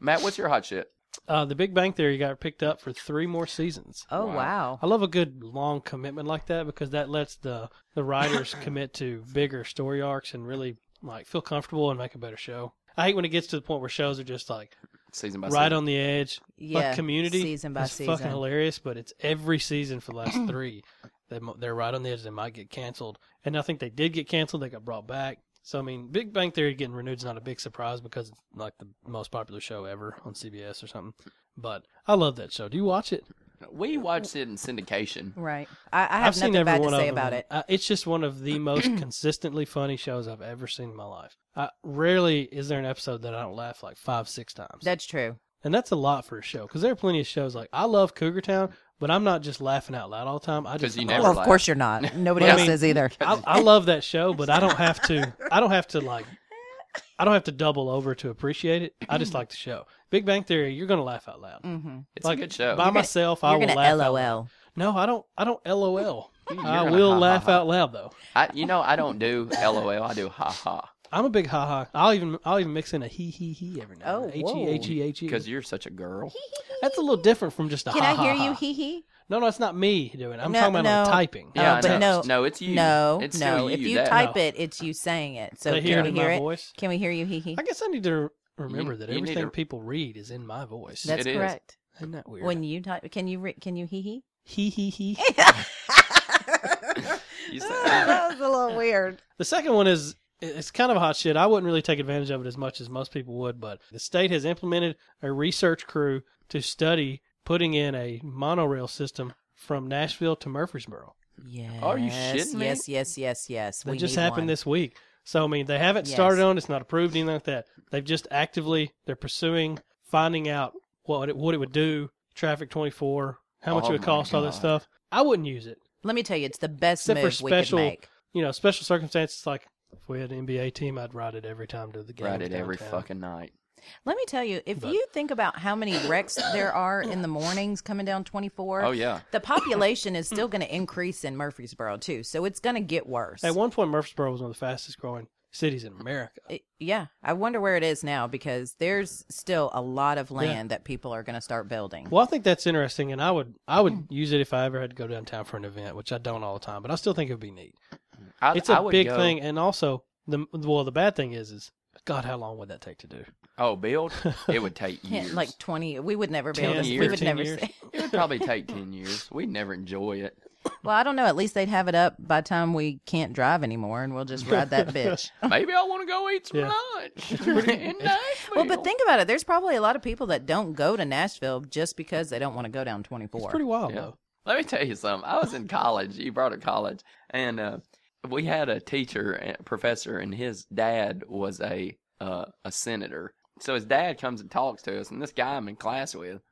S1: Matt, what's your hot shit?
S3: that. Uh, the Big Bang Theory got picked up for three more seasons.
S2: oh,
S1: Wow.
S2: wow.
S3: I love a good long commitment like that because that lets the
S1: (laughs)
S3: the writers commit to bigger story arcs and really like feel comfortable and make a better show. I hate when it gets to the point where shows are just like
S1: Season by
S3: right
S1: season.
S3: on the edge.
S2: Yeah.
S3: like community
S2: Season by
S3: is
S2: season.
S3: fucking hilarious, but it's every season for
S2: (clears throat)
S3: the last three. They, mo- they're right on the edge. They might get canceled, and I think they did get canceled. They got brought back. So I mean, Big Bang Theory getting renewed is not a big surprise because it's like the most popular show ever on CBS or something. But I love that show. Do you watch it?
S1: We watched it in syndication.
S2: Right. I, I have nothing bad to say about it.
S3: Uh, it's just one of
S2: (clears throat)
S3: the most consistently funny shows I've ever seen in my life. I, rarely is there an episode that I don't laugh like five, six times.
S2: That's true.
S3: And that's a lot for a show because there are plenty of shows like I love Cougar Town, but I'm not just laughing out loud all the time. I
S1: 'Cause
S3: just
S1: you
S3: I
S1: never
S2: Well,
S1: (laughs)
S3: love-
S2: of course you're not. Nobody
S3: Well, I
S2: else
S3: mean-
S2: is either. (laughs)
S3: I, I love that show, but I don't have to. I don't have to like. I don't have to double over to appreciate it. I just like the show. Big Bang Theory, you're gonna laugh out loud.
S2: Mm-hmm.
S1: Mm, It's
S3: like
S1: a good show.
S3: By myself, I
S2: You're
S3: will
S2: gonna
S3: laugh. out loud.
S2: LOL.
S3: No, I don't. I don't. LOL. I
S1: gonna
S3: will
S1: ha, ha,
S3: laugh
S1: ha.
S3: out loud though.
S1: I, you know, I don't do LOL. I do ha ha
S3: I'm a big ha ha. I'll even I'll even mix in a he he he every now. and then.
S2: Oh, whoa.
S3: H E H E
S1: because
S3: H E.
S1: you're such a girl.
S3: (laughs) That's a little different from just a
S2: Can
S3: ha
S2: I hear
S3: ha,
S2: you?
S3: ha.
S2: Hee hee.
S3: No, no, it's not me doing it. I'm
S2: No,
S3: talking about on
S2: no.
S3: typing.
S2: Oh,
S1: Yeah, I
S2: but
S1: know.
S2: no.
S1: no, it's you.
S2: No,
S1: it's still
S2: no.
S1: You,
S2: if you
S1: that.
S2: type it, it's you saying it. So
S3: They
S2: can
S3: hear it
S2: we
S3: in
S2: hear
S3: my
S2: it?
S3: voice.
S2: Can we hear you? Hee hee.
S3: I guess I need to remember that
S1: you need
S3: everything
S1: to-
S3: people read is in my voice.
S2: That's
S1: It is.
S2: correct.
S3: Isn't that weird?
S2: When you type, can you re- can you hee (laughs)
S3: (laughs)
S2: hee?
S3: he he he.
S2: (laughs)
S1: You said-
S2: that was a little weird.
S3: The second one is it's kind of hot shit. I wouldn't really take advantage of it as much as most people would, but the state has implemented a research crew to study putting in a monorail system from Nashville to Murfreesboro.
S2: Yes.
S1: Are you shitting me?
S2: Yes, yes, yes, yes.
S3: That
S2: we
S3: just
S2: need
S3: happened
S2: one.
S3: this week. So I mean, they haven't
S2: Yes.
S3: started on. it, It's not approved anything like that. They've just actively they're pursuing finding out what it what it would do. Traffic twenty four, how much
S1: Oh
S3: it would
S1: my
S3: cost, all that
S1: God.
S3: stuff. I wouldn't use it.
S2: Let me tell you, it's the best
S3: Except for
S2: move
S3: special-
S2: we could make.
S3: You know, special circumstances like if we had an NBA team, I'd ride it every time to the game.
S1: Ride it every
S3: downtown.
S1: fucking night.
S2: Let me tell you, if
S3: But-
S2: you think about how many wrecks there are in the mornings coming down 24,
S1: Oh yeah.
S2: the population is still going to increase in Murfreesboro too. So it's going to get worse.
S3: At one point, Murfreesboro was one of the fastest growing cities in America.
S2: It- yeah, I wonder where it is now because there's still a lot of land that people are going to start building.
S3: Well, I think that's interesting, and I would I
S1: Hmm.
S3: would use it if I ever had to go downtown for an event, which I don't all the time, but I still think it would be neat.
S1: I,
S3: It's
S1: I
S3: a
S1: would
S3: big
S1: go-
S3: thing, and also the well, the bad thing is is God, how long would that take to do?
S1: Oh, build. It would
S2: (laughs)
S1: take years.
S2: Can't- like 20, we would never be
S3: 10
S2: able to, we
S3: years,
S2: would
S3: 10
S2: never
S3: years.
S2: see-
S1: it would probably take ten years. We'd never enjoy it.
S2: (laughs) Well, I don't know. At least they'd have it up by the time we can't drive anymore and we'll just ride that bitch.
S1: Maybe I want to go eat some
S3: Yeah.
S1: (laughs) lunch in Nashville.
S2: Well, but think about it. There's probably a lot of people that don't go to Nashville just because they don't want to go down 24.
S3: It's pretty wild
S1: Yeah.
S3: though.
S1: Let me tell you something. I was in college. You brought up college, and uh, we had a teacher, a professor, and his dad was a uh, a senator. So his dad comes and talks to us, and this guy I'm in class with.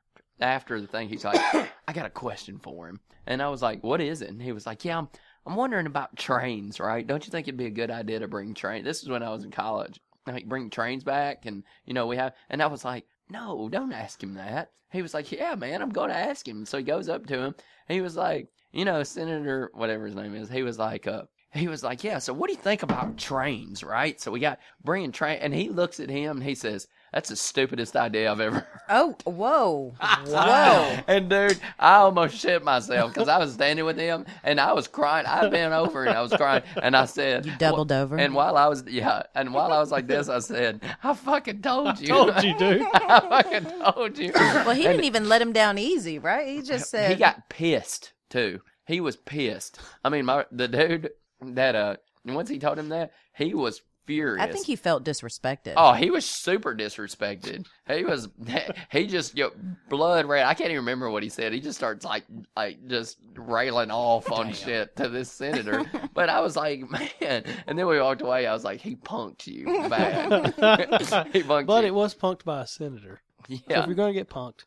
S1: After the thing, he's like, (coughs) "I got a question for him," and I was like, "What is it?" And he was like, "Yeah, I'm, I'm wondering about trains. Right? Don't you think it'd be a good idea to bring train? This is when I was in college. Like bring trains back, and you know we have." And I was like, "No, don't ask him that." He was like, "Yeah, man, I'm going to ask him." So he goes up to him, he was like, you know, Senator, whatever his name is, he was like, uh, he was like, yeah, so what do you think about trains, right? So we got bringing train, and he looks at him and he says, That's the stupidest idea I've ever (laughs)
S2: Oh, whoa. Whoa.
S1: And dude, I almost shit myself because I was standing with him and I was crying. I bent over and I was crying and I said,
S2: You doubled
S1: Wha-
S2: over.
S1: And while I was yeah, and while I was like this, I said, I fucking told you,
S3: (laughs) Told you, dude.
S1: (laughs) I fucking told you.
S2: Well, he didn't even let him down easy, right? He just said,
S1: he got pissed too. He was pissed. I mean, my the dude that uh, once he told him that, he was furious.
S2: I think he felt disrespected.
S1: Oh, he was super disrespected. He was, (laughs) he just yo, blood red. I can't even remember what he said. He just starts like, like just railing off on shit to
S2: (laughs)
S1: this senator. But I was like, man. And then we walked away. I was like, he punked you
S2: (laughs)
S1: bad. (laughs) he punked
S3: But
S1: you.
S3: it was punked by a senator. So
S1: yeah,
S3: if you're going to get punked,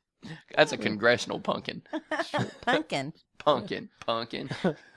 S1: that's a congressional punkin,
S2: Pumpkin.
S1: punkin, punkin.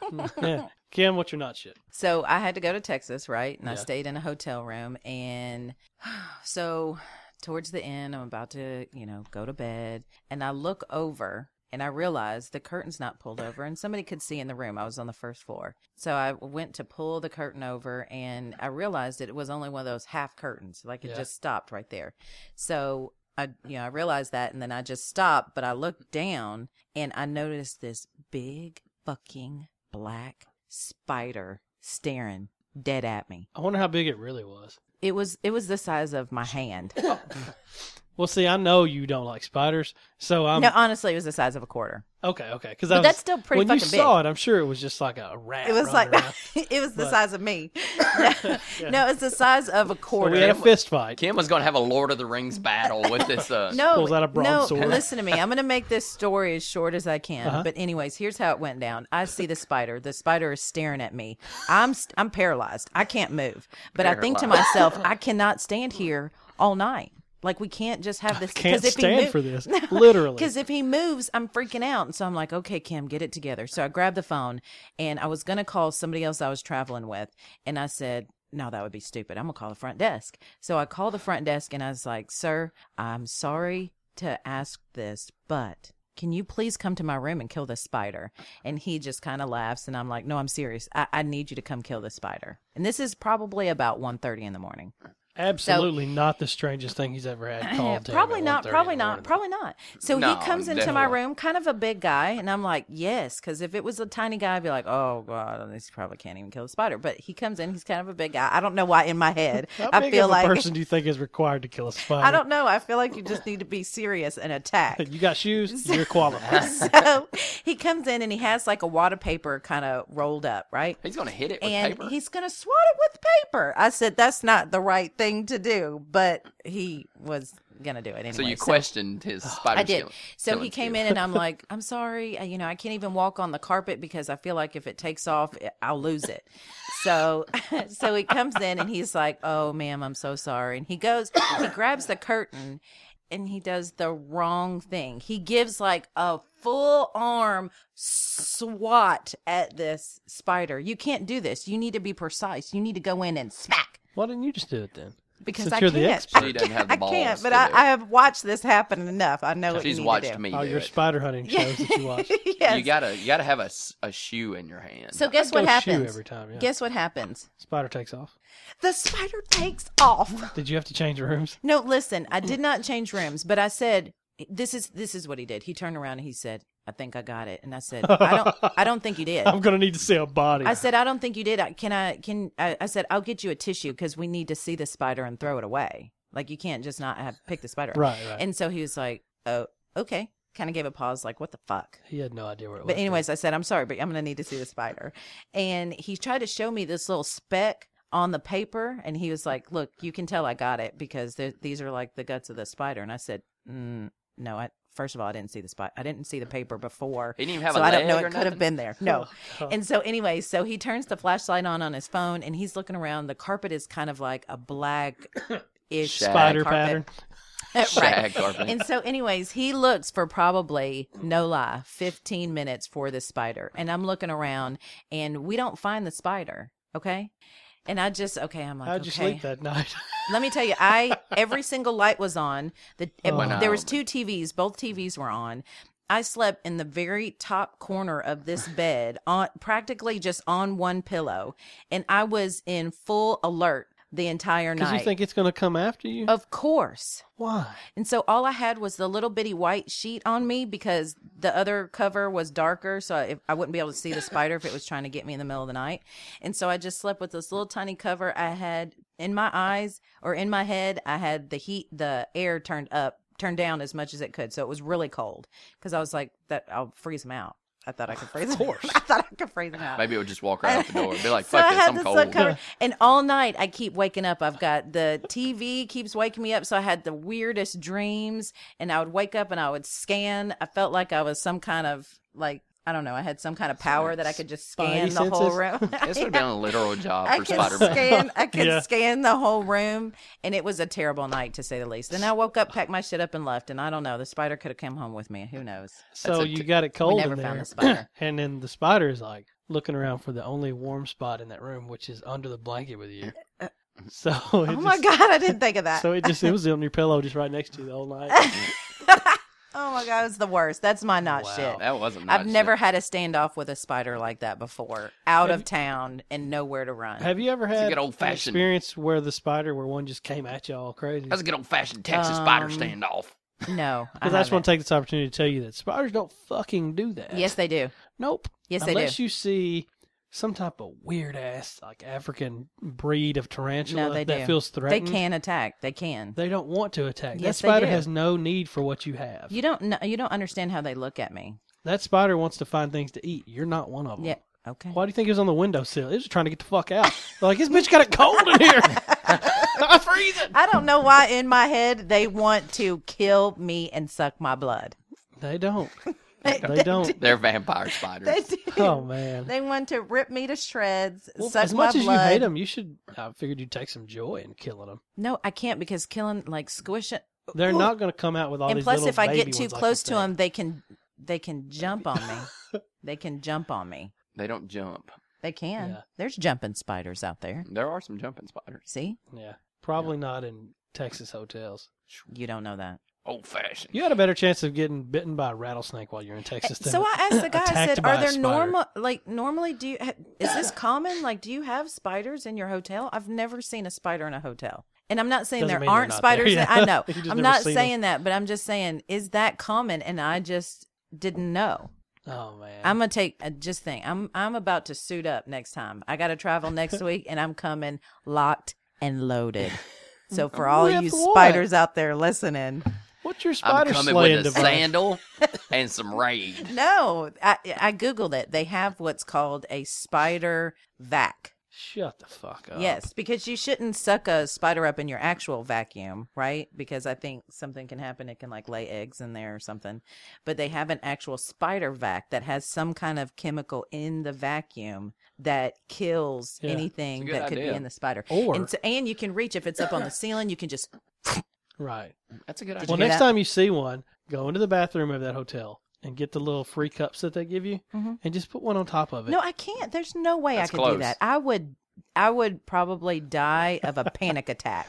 S3: mm, yeah. Kim, what's your nut shit?
S2: So I had to go to Texas, right? And I
S3: Yeah.
S2: stayed in a hotel room. And (sighs) so towards the end, I'm about to, you know, go to bed. And I look over and I realize the curtain's not pulled over and somebody could see in the room. I was on the first floor. So I went to pull the curtain over and I realized that it was only one of those half curtains. Like it
S3: Yeah.
S2: just stopped right there. So I, you know, I realized that and then I just stopped, but I looked down and I noticed this big fucking black spider staring dead at me.
S3: I wonder how big it really was.
S2: It was it was the size of my
S3: (laughs)
S2: hand.
S3: Well, see, I know you don't like spiders, so I'm
S2: no, honestly, it was the size of a quarter.
S3: okay, okay. Because
S2: But that's still pretty
S3: when
S2: fucking
S3: you
S2: big.
S3: saw it, I'm sure it was just like a rat.
S2: It was like
S3: running around.
S2: it was the
S3: But-
S2: size of me. (laughs)
S3: (laughs)
S2: No, it's the size of a (laughs)
S3: So
S2: quarter.
S3: we had a fist fight.
S1: Kim was gonna have a Lord of the Rings battle
S2: (laughs)
S1: with this. Uh,
S2: no,
S3: Pulls out a
S2: no. (laughs)
S3: broadsword. Uh-huh.
S2: Listen to me. I'm going to make this story as short as I can. But anyways, here's how it went down. I see the spider. The spider is staring at me. I'm st- I'm paralyzed. I can't move. But I think to
S1: Paralyzed.
S2: myself, I cannot stand here all night. Like we can't just have this.
S3: (laughs) Can't
S2: 'cause if he
S3: stand
S2: mo- (laughs)
S3: for this. Literally.
S2: Because if he moves, I'm freaking out. And so I'm like, okay, Kim, get it together. So I grabbed the phone and I was going to call somebody else I was traveling with. And I said, no, that would be stupid. I'm going to call the front desk. So I called the front desk and I was like, sir, I'm sorry to ask this, but can you please come to my room and kill this spider? And he just kind of laughs. And I'm like, no, I'm serious. I, I need you to come kill this spider. And this is probably about 1.30 in the morning.
S3: Absolutely not the strangest thing he's
S2: (laughs)
S3: ever had called to him
S2: probably
S3: at
S2: not
S3: 1:30 in
S2: probably
S3: the
S2: not
S3: morning.
S2: probably not so
S1: No,
S2: he comes into my
S1: definitely.
S2: room kind of a big guy and i'm like yes because if it was a tiny guy i'd be like oh god this probably can't even kill the spider but he comes in he's kind of a big guy i don't know why in my head
S3: (laughs) How
S2: i
S3: big
S2: feel
S3: of a
S2: like
S3: person do you think is required to kill a
S2: (laughs)
S3: spider?
S2: i don't know i feel like you just need to be serious and
S3: (laughs)
S2: attack
S3: You got shoes, you're qualified.
S2: (laughs) so he comes in and he has like a wad of paper kind of rolled up right
S1: he's gonna hit it with
S2: and
S1: paper.
S2: he's going to swat it with paper. I said, that's not the right thing to do, but he was going to do it anyway.
S1: so you questioned his spider.
S2: (gasps) I did.
S1: skill-
S2: so he
S1: killing
S2: came
S1: skill.
S2: in
S1: (laughs)
S2: and I'm like, I'm sorry, uh, you know, I can't even walk on the carpet because I feel like if it takes off, I- I'll lose it. So, (laughs) so he comes in and he's like, "Oh, ma'am, I'm so sorry." And he goes, he grabs the curtain, and he does the wrong thing. He gives like a full arm swat at this spider. You can't do this. You need to be precise. You need to go in and smack
S3: Why didn't you just do it then?
S2: because
S3: Since
S2: I
S3: you're the
S2: can't.
S3: expert.
S1: She doesn't have the
S2: (laughs) I can't,
S1: balls
S2: but
S1: to
S2: I,
S1: do it.
S2: I have watched this happen enough. I know what you
S1: She's
S2: need to
S1: watched
S2: do.
S1: me.
S3: Oh,
S1: do
S3: your
S1: it.
S3: spider hunting shows that
S2: (laughs)
S3: you watch.
S2: yes.
S1: You gotta you gotta have a, s- a shoe in your hand.
S2: so guess
S3: Go
S2: what
S3: shoe
S2: happens?
S3: every time, yeah.
S2: Guess what happens?
S3: Spider
S2: (laughs)
S3: takes off.
S2: The spider takes off.
S3: Did you have to change rooms? (laughs)
S2: No, listen, I did not change rooms, but I said this is this is what he did. He turned around and he said, "I think I got it." And I said, "I don't I don't think you did."
S3: (laughs) I'm gonna need to see a body.
S2: I said, "I don't think you did." I- Can I can I, I said, "I'll get you a tissue cuz we need to see the spider and throw it away." Like you can't just not have pick the spider. up."
S3: (laughs) Right, right.
S2: And so he was like, "Oh, okay." Kind of gave a pause like, "What the fuck?"
S3: he had no idea where it was.
S2: But anyways, I said, I'm sorry, but I'm gonna need to see the spider. And he tried to show me this little speck on the paper, and he was like, "Look, you can tell I got it because th- these are like the guts of the spider." And I said, mm, "No, I." First of all, I didn't see the spot. I didn't see the paper before,
S1: He didn't even have
S2: so
S1: a
S2: I don't know
S1: leg
S2: it
S1: or
S2: could
S1: nothing?
S2: have been there.
S1: (laughs)
S2: No,
S3: Oh.
S2: and so anyway, so he turns the flashlight on on his phone, and he's looking around. The carpet is kind of like a black ish
S1: Shag.
S3: spider pattern.
S2: (laughs) carpet.
S1: Shag carpet.
S2: And so, anyways, he looks for probably, no lie, 15 minutes for the spider. And I'm looking around and we don't find the spider. Okay. And I just, okay, I'm like,
S3: How'd
S2: okay.
S3: you sleep that night? (laughs)
S2: Let me tell you, I, every single light was on.
S3: (laughs)
S2: The,
S3: Oh,
S1: Went
S2: there was
S1: out.
S2: two TVs. Both TVs were on. I slept in the very top corner of
S3: (laughs)
S2: this bed on practically just on one pillow. And I was in full alert the entire
S3: Because
S2: night. Oh.
S3: you think it's going to come after you?
S2: of course.
S3: Why?
S2: And so all I had was the little bitty white sheet on me because the other cover was darker, so I, I wouldn't be able to see the spider if it was trying to get me in the middle of the night. And so I just slept with this little tiny cover I had in my eyes or in my head. I had the heat, the air turned up, turned down as much as it could, so it was really cold because I was like, "That I'll freeze them out." (laughs) I thought I could freeze. Of
S3: course.
S2: I thought I could freeze them out.
S1: Maybe it would just walk right out the door and be like,
S2: (laughs) So
S1: fuck
S2: I
S1: this,
S2: had
S1: I'm
S2: this
S1: cold. (laughs)
S2: little cover, and all night I keep waking up. I've got the TV keeps waking me up, so I had the weirdest dreams. And I would wake up and I would scan. I felt like I was some kind of like I don't know. I had some kind of power that I could just scan
S3: Spidey
S2: the whole
S3: senses?
S2: room.
S1: This
S2: (laughs)
S1: would have been a literal job
S2: I
S1: for
S2: could
S1: Spider Man.
S2: scan. I could
S3: Yeah.
S2: scan the whole room, and it was a terrible night to say the least. Then I woke up, packed my shit up, and left. And I don't know. The spider could have come home with me. Who knows?
S3: So
S1: a
S3: you
S1: t-
S3: got it cold
S2: never
S3: in
S2: found
S3: there,
S2: the spider.
S3: and then the spider is like looking around for the only warm spot in that room, which is under the blanket with you. (coughs) (laughs) So it
S2: Uh, Oh my
S3: just-
S2: god! I didn't think of that.
S3: So it just it was on your pillow, just right next to you the
S2: (laughs)
S3: whole night.
S2: oh my god! It was the worst. That's my not
S3: Wow.
S2: shit.
S1: That wasn't
S2: I've
S1: nice.
S2: never had a standoff with a spider like that before, out of town and nowhere to run.
S3: Have you ever
S1: a
S3: had
S1: good
S3: an
S1: old-fashioned-
S3: experience where the spider, where one just came at you all crazy?
S1: That's a good old fashioned Texas
S2: Um,
S1: spider standoff.
S2: no,
S3: (laughs)
S2: I
S3: Because I just
S2: haven't.
S3: want to take this opportunity to tell you that spiders don't fucking do that.
S2: Yes, they do.
S3: Nope.
S2: Yes, they do.
S3: Unless you see some type of weird ass like African breed of tarantula
S2: No, they
S3: that
S2: do.
S3: feels
S2: They
S3: threatened.
S2: can attack. They can.
S3: They don't want to attack.
S2: Yes,
S3: that
S2: they
S3: spider
S2: do.
S3: has no need for what you have.
S2: You don't. Know, you don't understand how they look at me.
S3: That spider wants to find things to eat. You're not one of them.
S2: Yeah. Okay.
S3: Why do you think it was on the windowsill? It was trying to get the fuck out. They're like, this bitch got it cold
S2: (laughs)
S3: in here. (laughs) I'm freezing.
S2: I don't know why in my head they want to kill me and suck my blood. (laughs)
S3: They don't.
S2: They,
S3: They (laughs) don't.
S1: They're vampire spiders.
S2: (laughs) They, do.
S3: Oh, man.
S2: They want to rip me to shreds,
S3: Well,
S2: suck
S3: as much
S2: my
S3: as
S2: blood.
S3: you hate them, you should. I figured you'd take some joy in killing them.
S2: No, I can't because killing like squish it.
S3: They're
S2: Ooh.
S3: not going to come out with all
S2: and
S3: these
S2: plus
S3: little
S2: if i
S3: baby
S2: get too
S3: ones like
S2: close
S3: you
S2: to
S3: think.
S2: them they can they can jump on
S3: (laughs)
S2: me they can jump on me
S1: They don't jump.
S2: they can
S3: Yeah.
S2: there's jumping spiders out there
S1: There are some jumping spiders.
S2: see
S3: Yeah, probably not in Texas hotels.
S2: you don't know that
S1: Old fashioned.
S3: You had a better chance of getting bitten by a rattlesnake while you're in Texas. Than
S2: Eh, so i asked the guy i
S3: attacked
S2: said are
S3: by a
S2: there
S3: spider."
S2: normal like normally do you ha- is this common like do you have spiders in your hotel i've never seen a spider in a hotel and i'm not saying
S3: Doesn't mean
S2: there
S3: they're
S2: aren't
S3: not there,
S2: spiders in-
S3: yeah.
S2: i know
S3: (laughs) You just
S2: i'm
S3: never
S2: not
S3: seen 'em.
S2: saying that but i'm just saying is that common and i just didn't know
S3: Oh man,
S2: I'm gonna take uh, just think. I'm I'm about to suit up next time. I got to travel (laughs) next week, and I'm coming locked and (laughs) loaded. So for all
S3: With
S2: you
S3: what?
S2: spiders out there listening,
S3: what's your
S1: I'm
S3: spider
S1: coming
S3: slaying
S1: with a
S3: device?
S1: sandal and some raid.
S2: no, I I googled it. They have what's called a spider vac.
S3: Shut the fuck up.
S2: Yes, because you shouldn't suck a spider up in your actual vacuum, right? Because I think something can happen. It can like lay eggs in there or something. But they have an actual spider vac that has some kind of chemical in the vacuum that kills
S3: Yeah, it's a
S2: anything
S1: good
S2: that could
S1: idea.
S2: be in the spider.
S3: Or-
S2: and, so, and you can reach if it's up on the ceiling. You can just
S3: Right.
S1: That's a good
S3: Well,
S1: idea.
S2: hear
S3: next
S2: that?
S3: time you see one, go into the bathroom of that hotel and get the little free cups that they give you, and just put one on top of it.
S2: Mm-hmm. no, I can't. There's no way
S1: That's
S2: I could
S1: close.
S2: do that. I would. I would probably die of a panic attack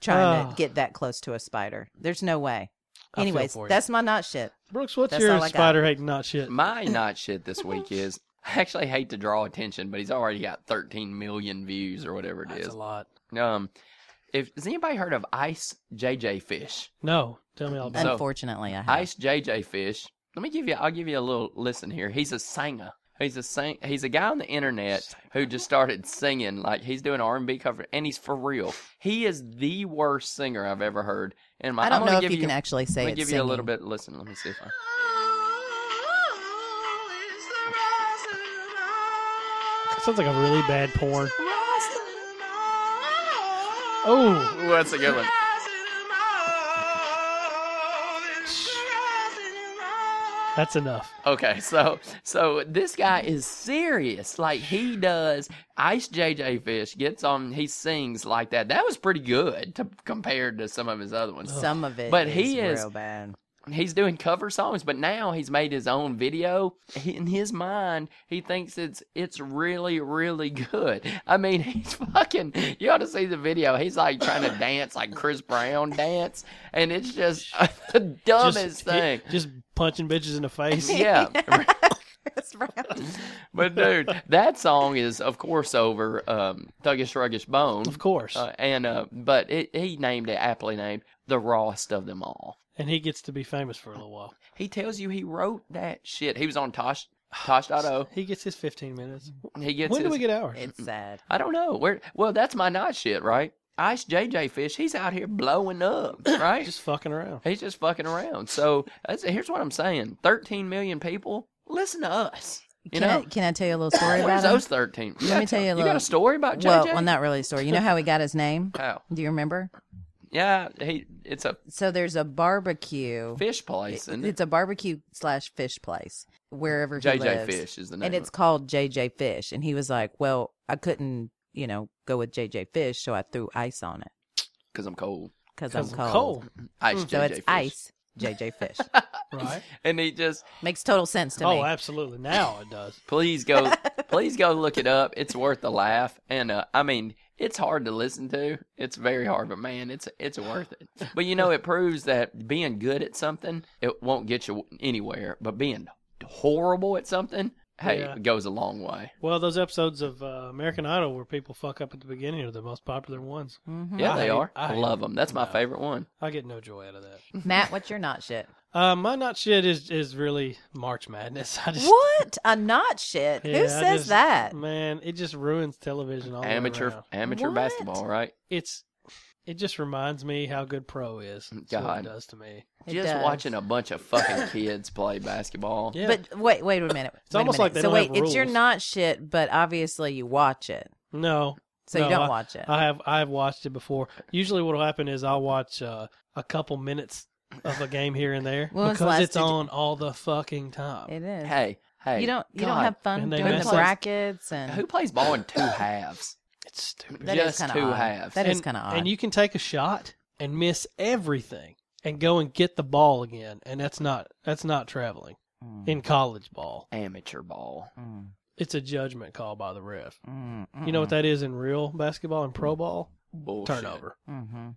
S2: trying
S3: Oh. (sighs)
S2: to get that close to a spider. There's no way.
S3: I feel
S2: Anyways,
S3: for you.
S2: that's my not shit.
S3: Brooks, what's
S2: That's
S3: your
S2: all I got.
S3: spider hating not shit?
S1: My not shit this week is I actually hate to draw attention, but he's already got 13 million views or whatever it
S3: That's
S1: is.
S3: a lot.
S1: Um, if has anybody heard of Ice JJ Fish?
S3: No, tell me all about
S1: So-
S2: Unfortunately, I have.
S1: Ice JJ Fish. Let me give you. I'll give you a little listen here. He's a singer. He's a sing, He's a guy on the internet who just started singing like he's doing R and B cover, and he's for real. He is the worst singer I've ever heard. And my,
S2: I don't
S1: am
S2: know
S1: gonna
S2: if
S1: give
S2: you can actually say
S1: Let me
S2: it's
S1: give you a little bit.
S2: singing.
S1: Listen. Let me see if I.
S3: it. Sounds like a really bad porn. Oh,
S1: Ooh, that's a good one.
S3: that's enough.
S1: Okay, so so this guy is serious. Like he does Ice JJ Fish gets on he sings like that. That was pretty good to, compared to some of his other ones.
S2: Some of it,
S1: But he is-
S2: real bad.
S1: He's doing cover songs, but now he's made his own video. He, in his mind, he thinks it's it's really really good. I mean, (laughs) he's fucking you ought to see the video. He's like trying to dance like Chris Brown dance and it's just (laughs) the dumbest
S3: just,
S1: thing. (laughs)
S2: (laughs)
S3: just punching bitches in the face.
S1: (laughs) yeah.
S2: Chris first round.
S1: But dude, that song is of course over um, Thuggish Ruggish Bone,
S3: Of course.
S1: uh, and uh, but it, he named it aptly named the rawest of them all.
S3: and he gets to be famous for a little while.
S1: He tells you he wrote that shit. He was on Tosh
S3: (sighs)
S1: Tosh.io.
S3: He gets his 15 minutes.
S1: He gets
S3: when do
S1: his-
S3: we get ours?
S2: It's sad.
S1: I don't know where. Well, that's my night shit, right? Ice JJ Fish, he's out here blowing up, right?
S3: Just fucking around.
S1: he's just fucking around. So that's, here's what I'm saying: 13 million people listen to us. You
S2: Can,
S1: know,
S2: I, can I tell you a little story
S1: where's
S2: about him?
S1: those 13? (laughs)
S2: Let me tell you a
S1: you got
S2: little-
S1: a story about JJ?
S2: Well, well, not really a story. You know how he got his name?
S1: How?
S2: Do you remember?
S1: Yeah, he. It's a
S2: So there's a barbecue.
S1: fish place, and
S2: It's a barbecue slash fish place wherever he
S1: JJ
S2: lives.
S1: Fish is the name.
S2: and it's
S1: of
S2: called JJ Fish. And he was like, "Well, I couldn't, you know, go with JJ Fish, so I threw ice on it
S1: because I'm cold.
S2: because I'm cold.
S1: Ice JJ
S2: Mm, So it's
S1: Fish.
S2: ice JJ Fish.
S1: (laughs)
S3: Right.
S1: And he just
S2: Makes total sense to me. (laughs)
S3: Oh, absolutely. Now it does.
S1: please go, please go look it up. It's worth a laugh, and uh, I mean, it's hard to listen to. It's very hard, but man, it's it's worth it. But you know, it proves that being good at something it won't get you anywhere, but being horrible at something, hey,
S3: Yeah.
S1: it goes a long way.
S3: Well, those episodes of uh, American Idol where people fuck up at the beginning are the most popular ones.
S1: Yeah,
S3: Mm, I
S1: they
S3: hate-
S1: are.
S3: I
S1: I
S3: hate
S1: love them. That's my
S3: no.
S1: favorite one.
S3: I get no joy out of that.
S2: Matt, what's your not shit?
S3: Uh, my not shit is is really March Madness. (laughs) I just
S2: (laughs) What a not shit!
S3: Yeah, I
S2: Who says
S3: just-
S2: that?
S3: Man, it just ruins television all
S1: amateur,
S3: around.
S1: amateur
S2: What?
S1: basketball, right?
S3: It's it just reminds me how good pro is. That's what it
S1: God.
S3: does to me.
S2: It
S1: Just
S2: does.
S1: watching a bunch of fucking kids play basketball.
S3: Yeah.
S2: But wait, wait a minute.
S3: It's
S2: wait a
S3: almost
S2: minute.
S3: like they
S2: so
S3: don't
S2: wait,
S3: have
S2: it's your
S3: rules.
S2: not shit, but obviously you watch it,
S3: no,
S2: so
S3: No,
S2: you don't watch it.
S3: I have I have watched it before. Usually, what will happen is I'll watch uh, a couple minutes of a game here and there
S2: When was the
S3: because
S2: last
S3: it's
S2: did you-
S3: on all the fucking time.
S2: it is.
S1: Hey, hey,
S2: you don't. You
S1: God,
S2: don't have fun
S3: And they
S2: doing the
S3: mess
S1: up-
S2: brackets and
S1: Who plays ball in two halves?
S3: it's
S2: (laughs)
S3: stupid.
S2: That is
S1: just
S2: kinda
S1: two
S2: odd.
S1: halves.
S2: That is
S3: And-
S2: kind of odd.
S3: And you can take a shot and miss everything and go and get the ball again, and that's not that's not traveling
S2: Mm,
S3: in college ball.
S1: Amateur ball.
S2: mm,
S3: It's a judgment call by the ref.
S2: mm,
S3: You know what
S2: mm,
S3: that is in real basketball and pro ball?
S1: Bullshit.
S3: Turnover.
S2: mhm.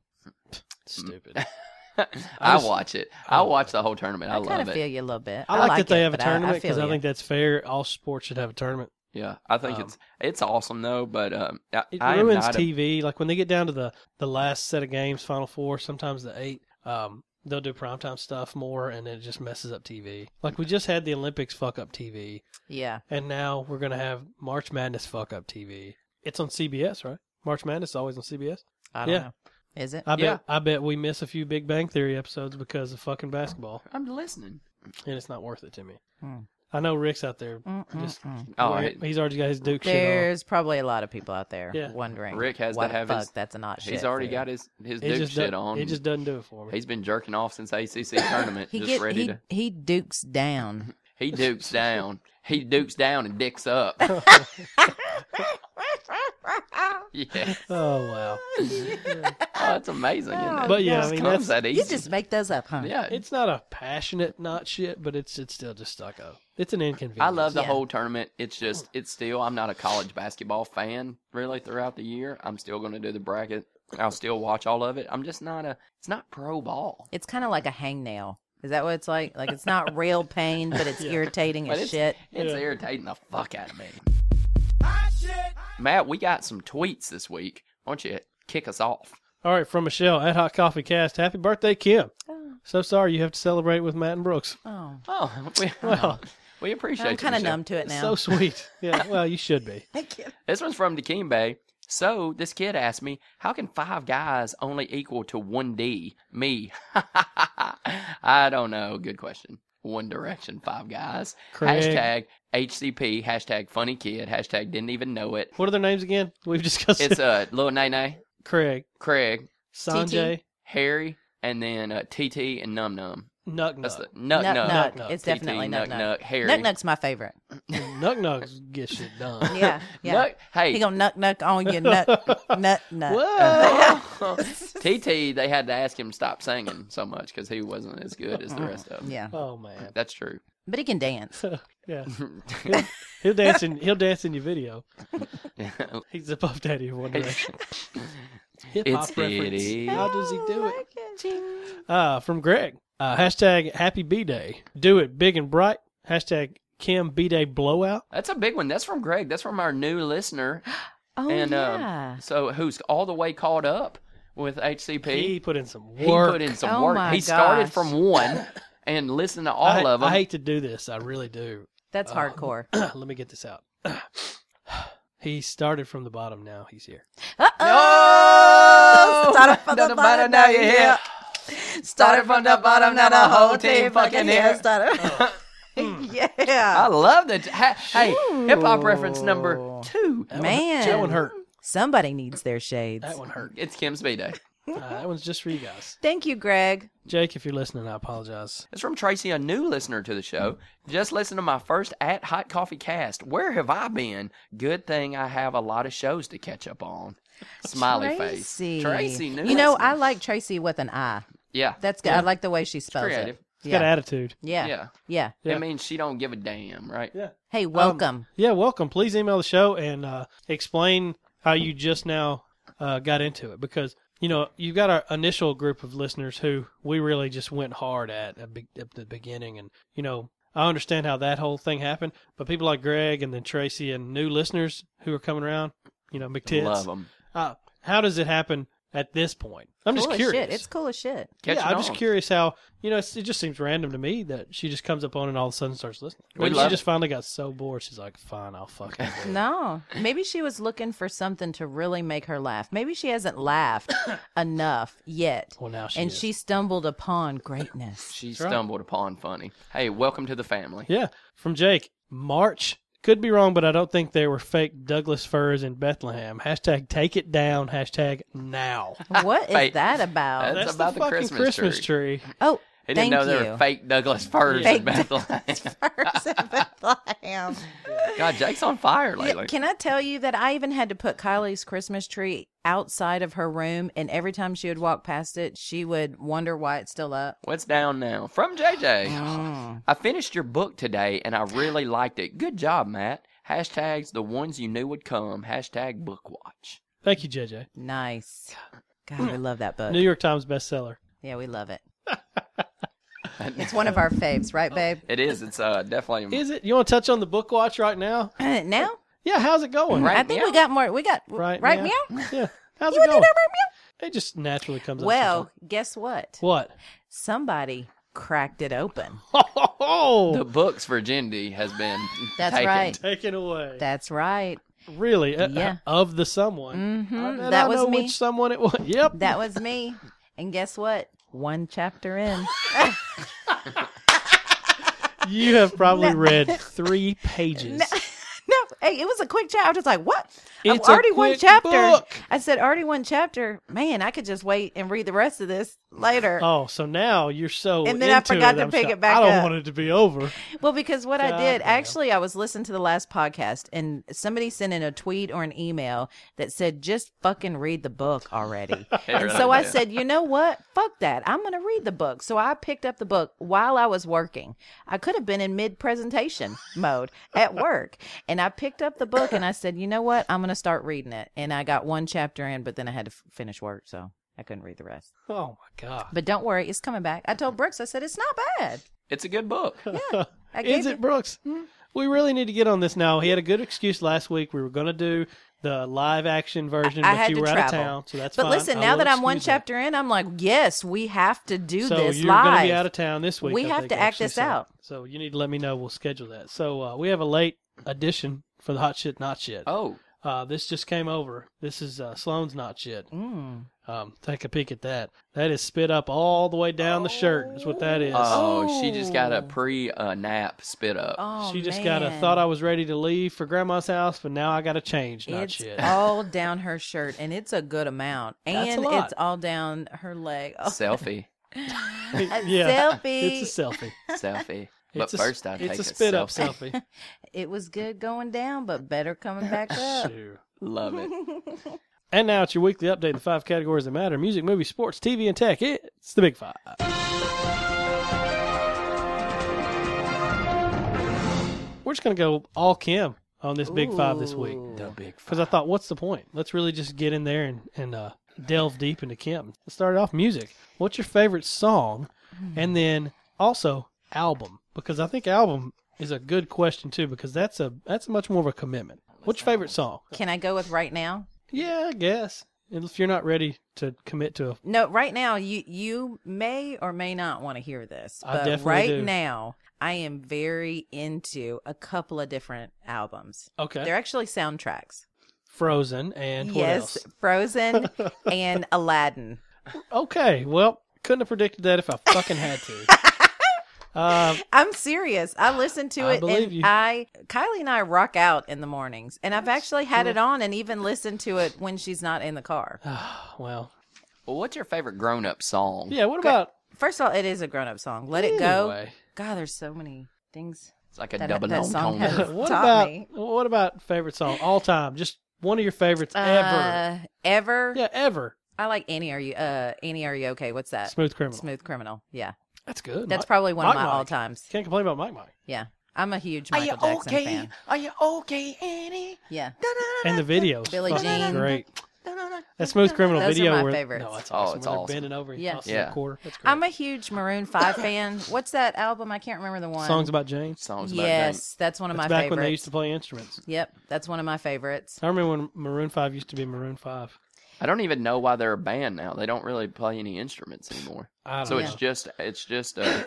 S3: Stupid.
S1: (laughs) I
S3: just-
S1: watch it. I watch the whole tournament. I,
S2: I, kind
S1: love
S2: of
S1: it.
S2: feel you a little bit.
S3: I, like, that they
S2: it,
S3: have a
S2: but I- I
S3: tournament because
S2: feel
S3: I,
S2: you.
S3: think that's fair. All sports should have a tournament.
S1: Yeah, I think
S3: Um,
S1: it's it's awesome though. But um, I,
S3: It
S1: I am
S3: ruins
S1: not a-
S3: TV. Like when they get down to the the last set of games, Final Four, sometimes the eight. Um, they'll do primetime stuff more, and it just messes up TV. Like we just had the Olympics fuck up TV.
S2: yeah.
S3: And now we're gonna have March Madness fuck up TV. It's on CBS, right? March Madness is always on CBS.
S2: I don't
S3: Yeah.
S2: know. Is it?
S3: I bet
S1: Yeah.
S3: I bet we miss a few Big Bang Theory episodes because of fucking basketball,
S1: I'm listening.
S3: and it's not worth it to me.
S2: Hmm.
S3: I know Rick's out there.
S2: Mm,
S3: Just
S2: mm, mm.
S1: Oh,
S3: where-
S1: I-
S3: he's already got his Duke shit
S2: There's probably a lot of people out there
S3: Yeah.
S2: wondering.
S1: Rick has to
S2: why the
S1: have
S2: fuck
S1: his-
S2: that's a not shit.
S1: He's already
S2: for you.
S1: got his his
S3: on. It
S1: Duke
S3: just
S1: shit
S3: does-
S1: on.
S3: It just doesn't do it for me.
S1: He's been jerking off since
S2: (laughs)
S1: ACC tournament.
S2: He
S1: just
S2: get,
S1: ready
S2: he,
S1: to.
S2: he dukes down.
S1: He dukes down. He dukes down and dicks up. (laughs) yeah,
S3: Oh wow.
S1: (laughs) oh, that's amazing. Isn't it?
S3: But yeah,
S1: Just
S3: I mean,
S1: comes
S3: that's-
S1: that easy.
S2: you just make those up, huh?
S1: yeah,
S3: It's not a passionate not shit, but it's it's still just stuck up. It's an inconvenience.
S1: I love the
S2: Yeah.
S1: whole tournament. It's just, it's still, I'm not a college basketball fan really throughout the year. I'm still going to do the bracket. I'll still watch all of it. I'm just not a, it's not pro ball.
S2: It's kind of like a hangnail. Is that what it's like? Like it's not real pain, but (laughs) it's irritating
S1: But
S2: as
S1: it's,
S2: shit.
S1: it's
S3: Yeah.
S1: irritating the fuck out of me. Matt, we got some tweets this week. Why don't you kick us off?
S3: All right, from Michelle at Hot Coffee Cast. Happy birthday, Kim. So sorry you have to celebrate with Matt and Brooks.
S2: Oh,
S1: Oh, (laughs) we,
S3: Well,
S1: we appreciate
S2: I'm
S1: you,
S2: kind of
S1: Michelle.
S2: numb to it now. (laughs)
S3: so sweet. Yeah, well, you should be.
S1: This one's from Dikembe. So this kid asked me, "How can five guys only equal to one D? Me? (laughs) I don't know. Good question. One Direction, five guys.
S3: Craig.
S1: Hashtag HCP. Hashtag funny kid. Hashtag didn't even know it.
S3: What are their names again? We've discussed
S1: It's
S3: it.
S1: uh Lil Nay Nay,
S3: Craig,
S1: Craig,
S3: Sanjay,
S1: Harry, and then uh, TT and Num Num.
S3: Nuck
S1: That's the Nut
S3: Nuck.
S2: Nut,
S1: Nut.
S2: nut.
S3: Nuck,
S2: It's
S1: TT,
S2: definitely
S1: Nuck
S2: nut nut.
S1: Nuck, Harry.
S2: Nuck nuck's my favorite.
S3: Nuck Nucks get shit done.
S2: Yeah, yeah.
S1: Nuck- Hey,
S2: He gonna nuck nuck on
S3: (laughs)
S2: your nut nut nut. (laughs)
S3: Whoa!
S1: TT. They had to ask him to stop singing so much because he wasn't as good as the rest of them.
S2: Yeah,
S3: oh man.
S1: That's true. (laughs)
S2: but he can dance.
S3: Yeah. He'll, he'll dance in he'll dance in your video. (laughs) He's the puff daddy of one direction. Hip hop
S1: (laughs) It's
S3: reference.
S1: itty.
S3: How does he do it?
S2: Oh
S3: Uh, from Greg. Uh, hashtag happy B day. Do it big and bright. Hashtag Kim beat a blowout.
S1: That's a big one. That's from Greg. That's from our new listener.
S2: Oh
S1: and
S2: yeah.
S1: um, so who's all the way caught up with HCP.
S3: He put in some work.
S1: He put in some
S2: Oh
S1: work.
S2: my
S1: he started
S2: gosh.
S1: from one and listened to
S3: I,
S1: all of them.
S3: I hate to do this. I really do. (clears throat)
S2: That's
S3: uh,
S2: hardcore.
S3: Let me get this out. (clears throat) he started from the bottom. Now he's here.
S2: Uh
S1: No!
S2: oh! Started from the bottom, now you're here. Started from the bottom, now the whole team fucking here. Started.
S1: I
S2: (laughs) yeah.
S1: love that. Hey, hip hop reference number
S2: Ooh.
S1: two.
S3: That
S2: Man.
S3: One, that one hurt.
S2: Somebody needs their shades.
S3: That one hurt.
S1: It's Kim's B Day.
S3: Uh, that one's just for you guys.
S2: Thank you, Greg.
S3: Jake, if you're listening, I apologize.
S1: It's from Tracy, a new listener to the show. Just listened to my first at Hot Coffee cast. Where have I been? Good thing I have a lot of shows to catch up on. Smiley
S2: Tracy.
S1: face. Tracy, new
S2: You know,
S1: listener.
S2: I like Tracy with an I.
S1: yeah,
S2: That's good. I like the way she spells
S1: creative.
S2: it.
S3: He's
S2: Yeah.
S3: got attitude.
S2: Yeah. yeah.
S1: yeah.
S3: Yeah.
S1: It means she don't give a damn, right?
S3: Yeah.
S2: Hey, welcome.
S3: Yeah, welcome. Please email the show and uh, explain how you just now uh, got into it because you know you've got our initial group of listeners who we really just went hard at at, be- at the beginning, and you know I understand how that whole thing happened, but people like Greg and then Tracy and new listeners who are coming around, you know McTits.
S1: Love them.
S3: Uh, how does it happen at this point? I'm just
S2: cool as
S3: curious.
S2: shit. It's cool as shit.
S1: Catch
S3: yeah,
S1: it
S3: I'm just
S1: on.
S3: curious how you know it's, it just seems random to me that she just comes up on and all of a sudden starts listening.
S1: We
S3: Maybe
S1: love
S3: she just
S1: it.
S3: finally got so bored, she's like, "Fine, I'll fucking." do it."
S2: (laughs) No, maybe she was looking for something to really make her laugh. Maybe she hasn't laughed enough yet.
S3: Well, now she
S2: and
S3: is.
S2: she stumbled upon greatness.
S1: She
S3: right.
S1: stumbled upon funny. Hey, welcome to the family.
S3: Yeah, from Jake. March could be wrong, but I don't think they were fake Douglas firs in Bethlehem. Hashtag take it down. Hashtag now.
S2: what is
S1: Fake.
S2: that about?
S1: That's-
S3: That's
S1: about
S3: the,
S1: the
S3: fucking
S1: Christmas
S3: Christmas, tree.
S2: oh,
S1: He didn't
S2: thank
S1: know
S2: you.
S1: there were fake Douglas firs
S3: Yeah.
S1: in Bethlehem. (laughs)
S2: First (laughs) in Bethlehem.
S1: God, Jake's on fire
S2: Yeah,
S1: lately.
S2: Can I tell you that I even had to put Kylie's Christmas tree outside of her room, and every time she would walk past it, she would wonder why it's still up.
S1: What's down now? From JJ.
S2: Oh.
S1: I finished your book today and I really liked it. Good job, Matt. Hashtags the ones you knew would come. Hashtag book watch.
S3: Thank you, JJ.
S2: (sniffs) Nice. God, we love that book.
S3: New York Times bestseller.
S2: Yeah, we love
S3: (laughs)
S2: it. it's one of our faves, right, babe? (clears throat)
S1: It is. It's uh definitely
S3: Is it? You want to touch on the book watch right now?
S2: now
S3: Yeah, how's it going?
S1: Right
S2: I think we
S1: meow.
S2: got more. We got
S3: Right.
S2: right,
S3: now?
S2: meow.
S3: Yeah. How's
S2: You
S3: it
S2: wanna do
S3: going?
S2: that right
S3: It just naturally comes
S2: meow?
S3: up.
S2: Well, guess what?
S3: sometimes. What?
S2: Somebody cracked it open.
S1: the
S3: Oh,
S1: books virginity has been
S2: (laughs) That's
S1: taken.
S2: right.
S3: taken away.
S2: That's right.
S3: really? Uh,
S2: Yeah.
S3: of the someone.
S2: Mhm.
S3: And
S2: That
S3: I
S2: was
S3: know
S2: me.
S3: Which someone it was. Yep.
S2: That was me. And guess what? One chapter in.
S3: You
S2: (laughs)
S3: have probably read three pages.
S2: (laughs) no, hey, it was a quick chapter. I was just like, what? I'm
S3: It's a
S2: already one
S3: quick
S2: chapter.
S3: book.
S2: I said, already one chapter. Man, I could just wait and read the rest of this later.
S3: Oh, so now you're so.
S2: And then I
S3: into
S2: forgot
S3: it,
S2: to
S3: I'm
S2: pick
S3: sorry.
S2: it back
S3: I don't
S2: up.
S3: want it to be over.
S2: Well, because what I
S3: God
S2: did
S3: damn.
S2: actually, I was listening to the last podcast, and somebody sent in a tweet or an email that said, "Just fucking read the book already." (laughs) and so I said, "You know what? Fuck that. I'm gonna read the book." So I picked up the book while I was working. I could have been in mid-presentation mode at work, and I picked up the book and I said, "You know what? I'm gonna start reading it." And I got one chapter in, but then I had to f- finish work, so I couldn't read the rest.
S3: Oh my god.
S2: But don't worry, it's coming back. I told Brooks, I said, "It's not bad."
S1: It's a good
S3: (laughs)
S1: book.
S2: I
S3: Is
S2: gave Hmm?
S3: it Brooks? We really need to get on this now. He had a good excuse last week. We were going to do the live action version,
S2: I
S3: but
S2: had
S3: you
S2: to
S3: were out
S2: travel.
S3: of town, so that's
S2: But
S3: fine.
S2: listen,
S3: I
S2: now
S3: will
S2: that I'm one
S3: excuse that.
S2: chapter in, I'm like, yes, we have to do
S3: so
S2: this
S3: you're gonna
S2: live.
S3: be out of town this week.
S2: We
S3: I
S2: have
S3: think,
S2: to act
S3: actually,
S2: this
S3: so-
S2: out.
S3: So you need to let me know. We'll schedule that. So uh, we have a late edition for the hot shit, not shit.
S1: Oh,
S3: Uh, this just came over. This is uh, Sloan's not shit.
S2: Mm.
S3: Um, take a peek at that. That is spit up all the way down the shirt. Is what that is.
S1: oh, she just got a pre uh, nap spit up.
S2: oh, (laughs)
S3: she just got a
S2: man.
S3: thought I was ready to leave for grandma's house, but now I got to change. Not
S2: It's
S3: shit. (laughs)
S2: all down her shirt, and it's a good amount,
S3: That's a
S2: and
S3: lot.
S2: it's all down her leg. Oh,
S1: Selfie,
S2: a selfie.
S3: It's a selfie.
S1: selfie. But
S3: It's a-
S1: first, I
S3: it's
S1: take
S3: a spit up
S1: selfie.
S2: (laughs)
S3: selfie.
S2: it was good going down, but better coming
S3: (laughs)
S2: back up.
S3: Shoo.
S1: Love
S3: (laughs)
S1: it.
S3: and now it's your weekly update: the five categories that matter: music, movies, sports, TV, and tech. It's the big five. We're just gonna go all Kim on this big five this week.
S1: The big
S3: because I thought, what's the point? Let's really just get in there and, and uh, delve deep into Kim. Let's start it off music. What's your favorite song? And then also album, because I think album is a good question too because that's a that's much more of a commitment. What's your favorite song?
S2: Can I go with right now?
S3: Yeah, I guess. If you're not ready to commit to a
S2: No, right now you you may or may not want to hear this,
S3: I
S2: but
S3: definitely
S2: right
S3: do.
S2: now I am very into a couple of different albums.
S3: okay,
S2: They're actually soundtracks.
S3: Frozen and what
S2: yes,
S3: (laughs)
S2: Frozen and Aladdin.
S3: else? Okay, well, couldn't have predicted that if I fucking had to.
S2: (laughs)
S3: um, (sighs)
S2: I'm serious. I listen to
S3: I
S2: it
S3: believe
S2: and
S3: you.
S2: I Kylie and I rock out in the mornings. And I've actually had
S3: cool.
S2: it on and even listened to it when she's not in the car.
S3: well,
S1: Well, what's your favorite grown up song?
S3: yeah. What about
S2: First of all, it is a grown up song. Let it go.
S3: anyway?
S2: God, there's so many things.
S1: It's like a
S2: That-
S1: double
S2: that song
S1: entendre.
S2: has-
S3: (laughs) What
S2: Taught
S3: about
S2: me.
S3: what about favorite song all time? Just one of your favorites ever.
S2: Uh, ever.
S3: Yeah, ever.
S2: I like Annie Are You uh Annie Are You Okay? What's that?
S3: Smooth criminal.
S2: uh, Smooth Criminal. Yeah.
S3: That's good.
S2: That's
S3: Mike-
S2: probably one
S3: Mike
S2: of my
S3: Mike.
S2: all times.
S3: Can't complain about Mike Mike.
S2: Yeah. I'm a huge Michael Jackson fan.
S1: Are you okay, Annie?
S2: Yeah. (laughs)
S3: And the videos.
S2: Billie
S3: fucking
S2: Jean.
S3: Great. That smooth criminal
S2: Those are
S3: video
S2: my
S3: where
S2: favorites.
S3: no, that's
S1: Oh,
S3: awesome.
S1: it's
S3: when they're
S1: awesome.
S3: bending over,
S2: Yeah.
S3: yeah,
S1: Yeah.
S3: quarter. That's great.
S2: I'm a huge Maroon
S3: (coughs)
S2: 5 fan. What's that album? I can't remember the one.
S3: Songs about James.
S1: Songs about
S2: Yes, that's one of
S3: That's
S2: my
S3: back
S2: favorites.
S3: when they used to play instruments.
S2: Yep, that's one of my favorites.
S3: I remember when Maroon Five used to be Maroon Five.
S1: I don't even know why they're a band now. They don't really play any instruments anymore.
S3: I don't
S1: So
S3: know.
S1: it's just it's just
S2: (coughs)
S1: uh,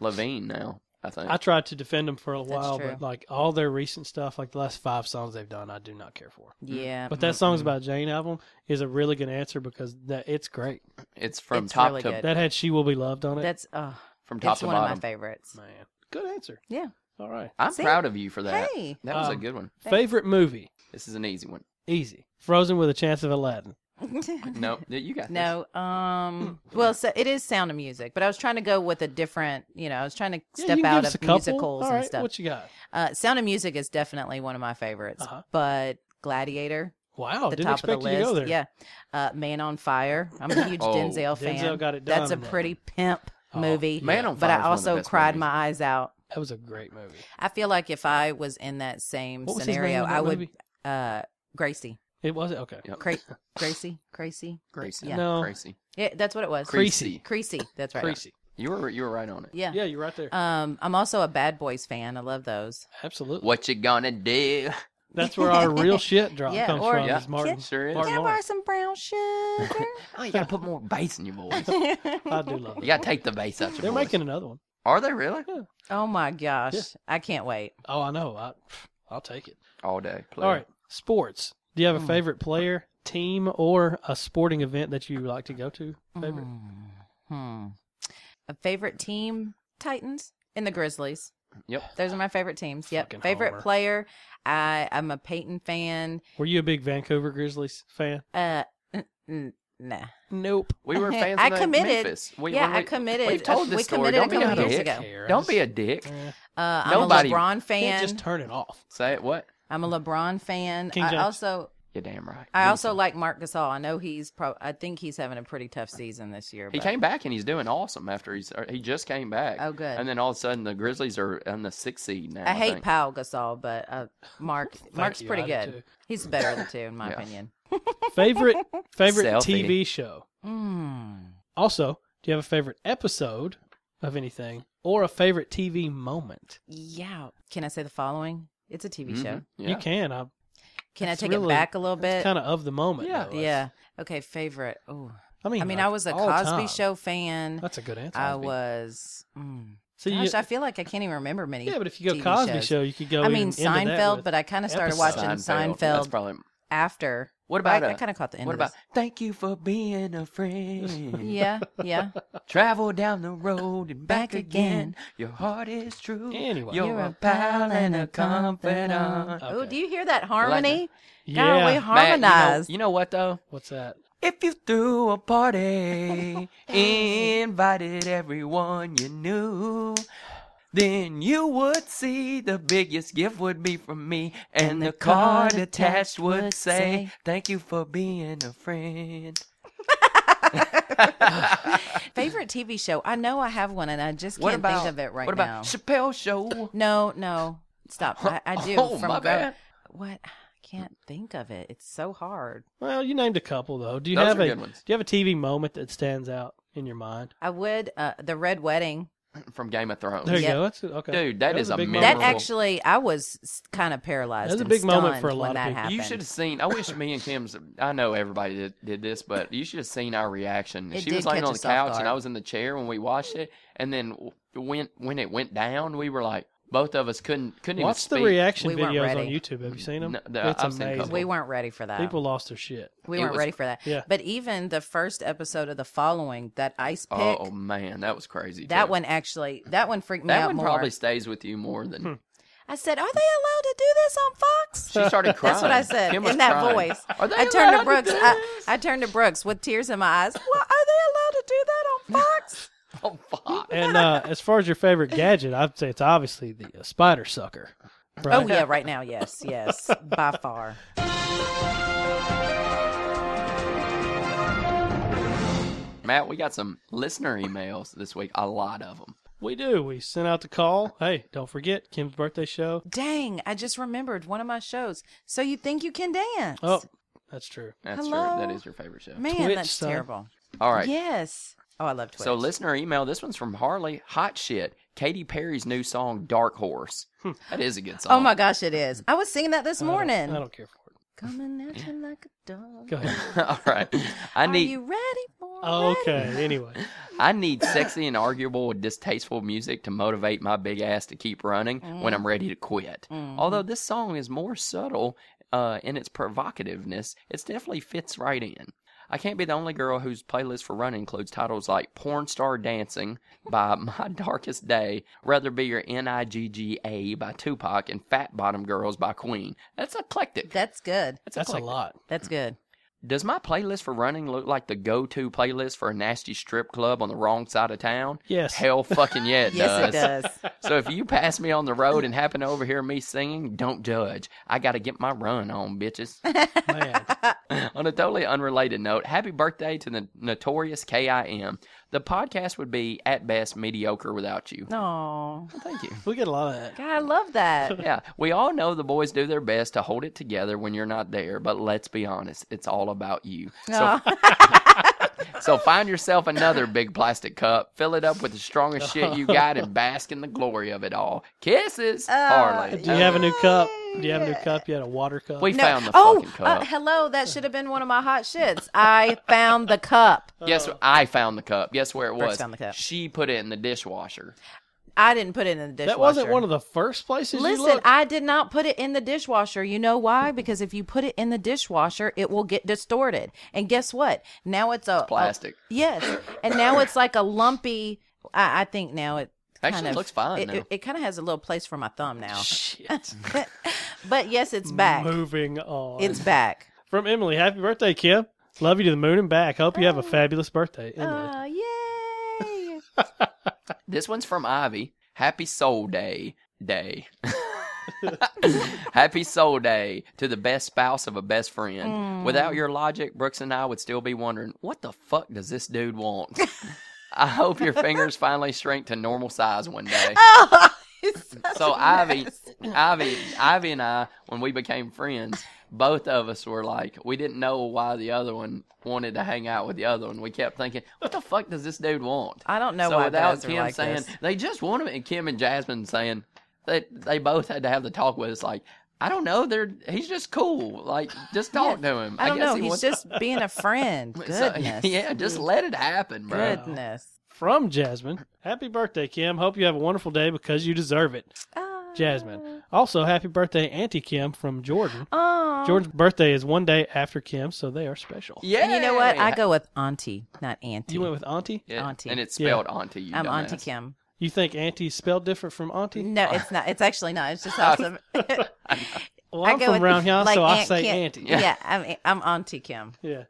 S1: Levine now. I think.
S3: I tried to defend them for a while,
S2: true.
S3: but like all their recent stuff, like the last five songs they've done, I do not care for.
S2: Yeah.
S3: Mm-hmm. But
S1: Mm-hmm.
S3: that "Songs About Jane" album is a really good answer because that it's great.
S1: it's from
S2: It's
S1: top
S2: really
S1: to
S2: good.
S3: That had "She Will Be Loved" on it.
S2: that's oh,
S1: from top
S2: it's
S1: to
S2: one
S1: bottom.
S2: of my favorites.
S3: man, good answer.
S2: Yeah.
S3: All right.
S1: I'm
S2: See?
S1: proud of you for that.
S3: (laughs)
S2: Hey.
S1: That was a
S3: Um,
S1: good one.
S3: Favorite movie?
S1: This is an easy one.
S3: Easy. Frozen with a Chance of Aladdin.
S1: No, you got this.
S2: (laughs) no,
S3: (clears throat)
S2: um well, so it is Sound of Music, but I was trying to go with a different, you know, I was trying to
S3: Yeah,
S2: step
S3: you can give
S2: out
S3: us
S2: of
S3: a couple.
S2: musicals
S3: All
S2: and
S3: right,
S2: stuff.
S3: What you got?
S2: Uh, Sound of Music is definitely one of my favorites,
S3: Uh-huh.
S2: but Gladiator,
S3: Wow,
S2: the
S3: didn't
S2: top of the
S3: expect you to go
S2: list.
S3: there.
S2: Yeah. Uh, Man on Fire. I'm a
S3: (laughs)
S2: huge
S1: Oh,
S2: Denzel fan.
S3: Denzel got it
S2: That's a
S3: done.
S2: pretty pimp
S3: Oh,
S2: movie.
S1: Man on
S2: but I
S1: Fire's one of the
S2: also
S1: best
S2: cried
S1: movies.
S2: my eyes out.
S3: that was a great movie.
S2: I feel like if I was in that same
S3: What was his name
S2: scenario,
S3: in that
S2: I would
S3: movie?
S2: uh Gracie.
S3: It was okay.
S1: Yep.
S2: Cra- Gracie, Gracie.
S1: Crazy.
S2: Yeah.
S3: No.
S1: Crazy.
S2: Yeah, that's what it was.
S3: Creasy.
S2: Creasy. That's right.
S3: Creasy. Uh,
S1: You were you were right on it.
S2: Yeah.
S3: Yeah, you're right there.
S2: Um, I'm also a Bad Boys fan. I love those.
S3: Absolutely.
S1: What you gonna do?
S3: That's where our real shit (laughs) drop
S2: Yeah,
S3: comes
S2: or-
S3: from.
S1: Yeah.
S3: Is Martin.
S1: (laughs) Sure is.
S3: Martin
S2: Can I borrow
S3: Lawrence.
S2: some brown sugar?
S1: Oh, you gotta put more bass
S2: (laughs)
S1: in your voice.
S3: I do
S1: (laughs)
S3: love
S1: You
S3: that.
S1: gotta take the bass out your
S3: They're
S1: voice.
S3: making another one.
S1: Are they really?
S2: oh my gosh,
S3: Yeah.
S2: I can't wait.
S3: Oh, I know. I, I'll take it.
S1: All day. Player. Hmm.
S3: All right. Sports. Do you have a favorite player, team, or a sporting event that you like to go to? Favorite?
S2: Hmm. A favorite team: Titans and the Grizzlies.
S1: Yep.
S2: Those are my favorite teams. Yep.
S3: Fucking
S2: favorite
S3: homer.
S2: player: I, I'm a Peyton fan.
S3: Were you a big Vancouver Grizzlies fan?
S2: Uh, n- n- nah.
S3: Nope.
S1: We were fans.
S2: (laughs) I
S1: of the
S2: committed.
S1: Memphis. We,
S2: yeah,
S1: when we,
S2: I committed.
S1: We've told this
S2: we
S1: story.
S2: committed
S1: Don't
S2: a
S1: be
S2: couple
S1: a
S2: years
S1: dick.
S2: ago.
S1: Don't be a dick.
S2: Uh, I'm
S1: Nobody-
S2: a LeBron
S3: Can't
S2: fan.
S3: Eh, just turn it off.
S1: Say it. What?
S2: I'm a LeBron fan.
S3: King
S2: I
S3: James.
S2: also
S1: You're damn right.
S2: I
S1: Listen.
S2: also like Mark Gasol. I know he's pro. I think he's having a pretty tough season this year.
S1: He
S2: but-
S1: came back and he's doing awesome after he's or he just came back.
S2: Oh, good.
S1: And then all of a sudden the Grizzlies are on the sixth seed now.
S2: I hate
S1: think.
S2: Powell Gasol, but uh,
S3: (laughs)
S2: Mark Mark's
S3: you,
S2: pretty
S3: I do
S2: good.
S3: too.
S2: He's better of the two, in my
S1: Yeah.
S2: opinion.
S1: (laughs)
S3: Favorite favorite
S1: Selfie.
S3: TV show.
S2: Mm.
S3: Also, do you have a favorite episode of anything or a favorite TV moment?
S2: Yeah. Can I say the following? It's a TV show.
S1: Mhm. Yeah.
S3: You can. I'm
S2: Can I
S3: It's
S2: take it
S3: really-
S2: back a little bit?
S3: kind of of the moment.
S1: Yeah.
S3: though.
S2: Uh, yeah. Okay. Favorite. Oh,
S3: I mean,
S2: I mean,
S3: like,
S2: I was a
S3: all
S2: Cosby
S3: time.
S2: Show fan.
S3: That's a good answer.
S2: I
S1: Cosby.
S2: was. Mm.
S3: so you,
S2: Gosh, I feel like I can't even remember many.
S3: yeah, but if you go
S2: TV
S3: Cosby
S2: shows.
S3: Show, you could go.
S2: I mean
S3: in- into that
S2: Seinfeld,
S3: with-
S2: but I kind of started
S3: episodes.
S2: watching Seinfeld,
S1: That's probably.
S2: after.
S1: What about?
S2: I, I
S1: uh,
S2: kind of caught the end.
S1: What
S2: of this.
S1: about? Thank you for being a (laughs) friend.
S2: Yeah, yeah.
S1: Travel down the road and back
S2: Back again.
S1: again. Your heart is true.
S3: Anyway.
S1: You're, a pal and a confidant.
S2: Oh,
S3: Okay.
S2: do you hear that harmony?
S3: yeah.
S2: God, we
S1: Matt, you know-
S2: harmonized.
S1: you know what though?
S3: What's that?
S1: If you threw a
S2: (laughs)
S1: party, invited everyone you knew, then you would see the biggest gift would be from me. And, the, card attached would say, Thank you for being a friend. (laughs)
S2: (laughs) Favorite TV show? I know I have one, and I just can't
S1: What about,
S2: think of it (laughs) right
S1: what
S2: now.
S1: about Chappelle Show?
S2: no, no, stop. I, I do.
S1: (laughs) Oh,
S2: from
S1: my
S2: grow-
S1: bad.
S2: What? I can't think of it. It's so hard.
S3: Well, you named a couple though. Do you
S1: Those
S3: have
S1: are
S3: a
S1: good ones.
S3: Do you have a TV moment that stands out in your mind?
S2: I would. Uh, the Red Wedding
S1: from Game of Thrones.
S3: There you
S2: Yep.
S3: go. That's a- okay.
S1: Dude, that
S3: was
S1: is
S3: a
S1: a
S3: big moment.
S2: That
S1: Memorable.
S2: actually, I was kind of paralyzed.
S3: That was a
S2: and
S3: big moment for a
S2: stunned
S3: lot
S2: when
S3: of
S2: that
S3: people.
S2: Happened.
S1: You should have seen. I wish me and Kim's. I know everybody did, did this, but you should have seen our reaction.
S2: It
S1: she was
S2: did
S1: laying
S2: catch
S1: on the
S2: us off
S1: couch and
S2: guard.
S1: I was in the chair when we watched it. And then w- when when it went down, we were like, both of us couldn't couldn't
S3: Watch the
S1: even speak.
S3: reaction
S2: We weren't
S3: videos on
S2: ready.
S3: YouTube. Have you seen them?
S1: No, the-
S3: it's
S1: I've seen a
S3: amazing.
S1: couple.
S2: We weren't ready for that.
S3: People lost their shit.
S2: we
S1: It
S2: weren't
S1: was-
S2: ready for that.
S3: Yeah.
S2: But even the first episode of the following, that ice pick,
S1: oh man, that was crazy.
S2: that
S1: too.
S2: one actually, that one freaked me
S1: That
S2: out
S1: one
S2: more.
S1: probably stays with you more than
S2: I said, "Are they allowed to do this on Fox?"
S1: she started crying.
S2: (laughs) That's what I said
S1: Kim was
S2: in that
S1: crying.
S2: voice.
S1: Are they
S2: I turned to
S1: allowed
S2: Brooks.
S1: do
S2: I, I turned to Brooks with tears in my eyes. Well, are they allowed to do
S1: (laughs)
S2: that on Fox?
S1: this? Oh, fuck.
S3: And uh, as far as your favorite gadget, I'd say it's obviously the uh, spider sucker. Right?
S1: (laughs)
S2: Oh yeah, right now, yes, yes, by far.
S1: Matt, we got some listener emails this week. A lot of them.
S3: We do. We sent out the call. Hey, don't forget Kim's birthday show.
S2: Dang, I just remembered one of my shows. So you think you can dance?
S3: Oh, that's true.
S1: That's
S2: Hello?
S1: true. That is your favorite show.
S2: man,
S3: Twitch,
S2: that's
S3: son.
S2: terrible.
S1: All right.
S2: Yes. Oh, I love Twitch.
S1: So listener email, this one's from Harley. Hot shit. Katy Perry's new song, Dark Horse. that is a good song.
S2: Oh my gosh, it is. I was singing that this
S3: I
S2: morning.
S3: don't, I don't care for it. (laughs)
S2: Coming at you like a dog.
S3: Go ahead.
S1: (laughs)
S3: Oh,
S1: All right. I
S2: Are
S1: need
S2: you ready for it?
S3: Okay.
S2: (laughs)
S3: Anyway,
S1: I need sexy and arguable and distasteful music to motivate my big ass to keep running when I'm ready to quit. Although this song is more subtle uh, in its provocativeness, it definitely fits right in. I can't be the only girl whose playlist for running includes titles like Porn Star Dancing by (laughs) My Darkest Day, Rather Be Your N.I.G.G.A. by Tupac, and Fat Bottom Girls by Queen. That's eclectic.
S2: That's good.
S3: that's a lot.
S2: That's good.
S1: Does my playlist for running look like the go-to playlist for a nasty strip club on the wrong side of town?
S3: Yes.
S1: Hell fucking yeah, (laughs) it
S2: Yes,
S1: does.
S2: it does.
S1: So if you pass me on the road and happen to overhear me singing, don't judge. I got to get my run on, (laughs) bitches.
S3: Man,
S1: on a totally unrelated note, happy birthday to the notorious KIM. The podcast would be at best mediocre without you.
S2: No,
S1: Thank you.
S3: we get a lot of that.
S2: God, I love that.
S1: Yeah, we all know the boys do their best to hold it together when you're not there, but let's be honest, it's all about you. So,
S2: Oh.
S1: (laughs) so find yourself another big plastic cup, fill it up with the strongest shit you got, and bask in the glory of it all. Kisses,
S2: Uh,
S1: Harley.
S3: Do you have a new cup? Do you have a new cup? (laughs) You had a water
S1: (laughs)
S3: cup.
S1: we
S2: No.
S1: found the
S2: oh,
S1: fucking cup.
S2: uh, hello. That should have been one of my hot shits. I found the cup.
S1: Guess
S3: uh,
S1: wh- I found the cup. Guess where it was?
S2: found the cup. Oh,
S1: She put it in the dishwasher.
S2: I didn't put it in the dishwasher.
S3: that wasn't one of the first places you
S2: Listen,
S3: looked.
S2: I did not put it in the dishwasher. You know why? Because if you put it in the dishwasher, it will get distorted. And guess what? Now it's a
S1: Plastic.
S2: a- yes, and now it's like a lumpy. I, I think now it
S1: Actually,
S2: kind
S1: it
S2: of-
S1: looks fine
S2: It,
S1: now.
S2: it, kind of has a little place for my thumb now.
S3: Shit.
S2: (laughs) But yes, it's back.
S3: Moving on.
S1: (laughs)
S2: It's back.
S3: From Emily, happy birthday, Kim. Love you to the moon and back. Hope you have a fabulous birthday, Emily.
S2: Oh
S1: (laughs)
S2: yay! (laughs)
S1: This one's from Ivy. Happy Soul Day Day. (laughs) Happy Soul Day to the best spouse of a best friend. Without your logic, Brooks and I would still be wondering, what the fuck does this dude want? I hope your fingers finally shrink to normal size one day.
S2: It's Oh, such
S1: so
S2: a
S1: Ivy,
S2: mess.
S1: Ivy, Ivy, and I, when we became friends, both of us were like, we didn't know why the other one wanted to hang out with the other one. We kept thinking, what the fuck does this dude want?
S2: I don't know
S1: so
S2: why
S1: without
S2: guys are
S1: Kim
S2: like
S1: saying
S2: this.
S1: they just want him, and Kim and Jasmine saying that they both had to have the talk with us. Like, I don't know, they're he's just cool. Like, just talk to him.
S2: I don't
S1: guess
S2: know.
S1: he
S2: He's
S1: wants-
S2: just being a friend.
S1: (laughs) so-
S2: Goodness.
S1: yeah, just let it happen, bro.
S2: Goodness.
S3: From Jasmine, happy birthday, Kim. Hope you have a wonderful day because you deserve it.
S2: Ah.
S3: Jasmine. Also, happy birthday, Auntie Kim from Jordan.
S2: Oh.
S3: Jordan's birthday is one day after Kim, so they are special.
S1: Yeah,
S2: And you know what? I go with auntie, not auntie.
S3: You went with Auntie?
S1: Yeah,
S2: Auntie.
S1: and it's
S3: Yeah.
S1: spelled auntie. You
S2: I'm auntie
S1: dumbass.
S2: Kim.
S3: You think Auntie's spelled different from Auntie?
S2: No, it's not. It's actually
S1: (laughs)
S2: not. It's just awesome.
S3: Well,
S2: (laughs) I
S3: I'm
S2: go
S3: from
S2: with,
S3: around here,
S2: like,
S3: so I
S2: Aunt
S3: say
S2: Kim.
S3: Auntie.
S2: Yeah, I'm, I'm auntie Kim.
S3: Yeah.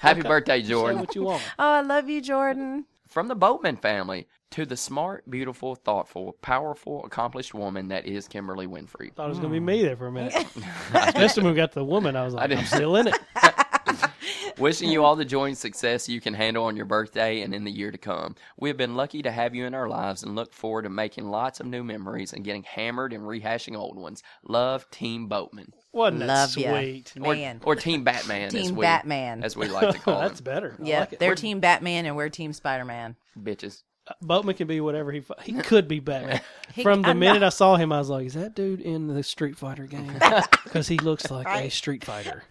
S1: Happy birthday,
S3: Say
S1: Jordan.
S3: what you want.
S2: Oh, I love you, Jordan.
S1: From the Boatman family to the smart, beautiful, thoughtful, powerful, accomplished woman that is Kimberly Winfrey.
S3: Thought it was going
S2: Mm.
S3: to be me there for
S2: (laughs)
S3: a minute. (laughs) Especially when we got to the woman, I was like,
S1: did.
S3: I'm
S1: (laughs)
S3: still in it.
S1: Wishing you all the joy and success you can handle on your birthday and in the year to come. We have been lucky to have you in our lives and look forward to making lots of new memories and getting hammered and rehashing old ones. Love Team Boatman.
S3: Wasn't that
S2: Love ya.
S3: sweet?
S1: Or,
S2: Man.
S1: or Team Batman. as
S2: Team
S1: we,
S2: Batman. (laughs)
S1: As we like to call
S3: That's
S1: them.
S3: better. I
S2: yeah,
S3: like it.
S2: they're team Batman and we're team Spider Man.
S1: Bitches.
S3: Boatman can be whatever he fi- he could be Batman.
S2: (laughs) He-
S3: From the
S2: I'm
S3: minute
S2: not-
S3: I saw him, I was like, "Is that dude in the Street Fighter game?
S2: (laughs)
S3: Because he looks like a Street Fighter."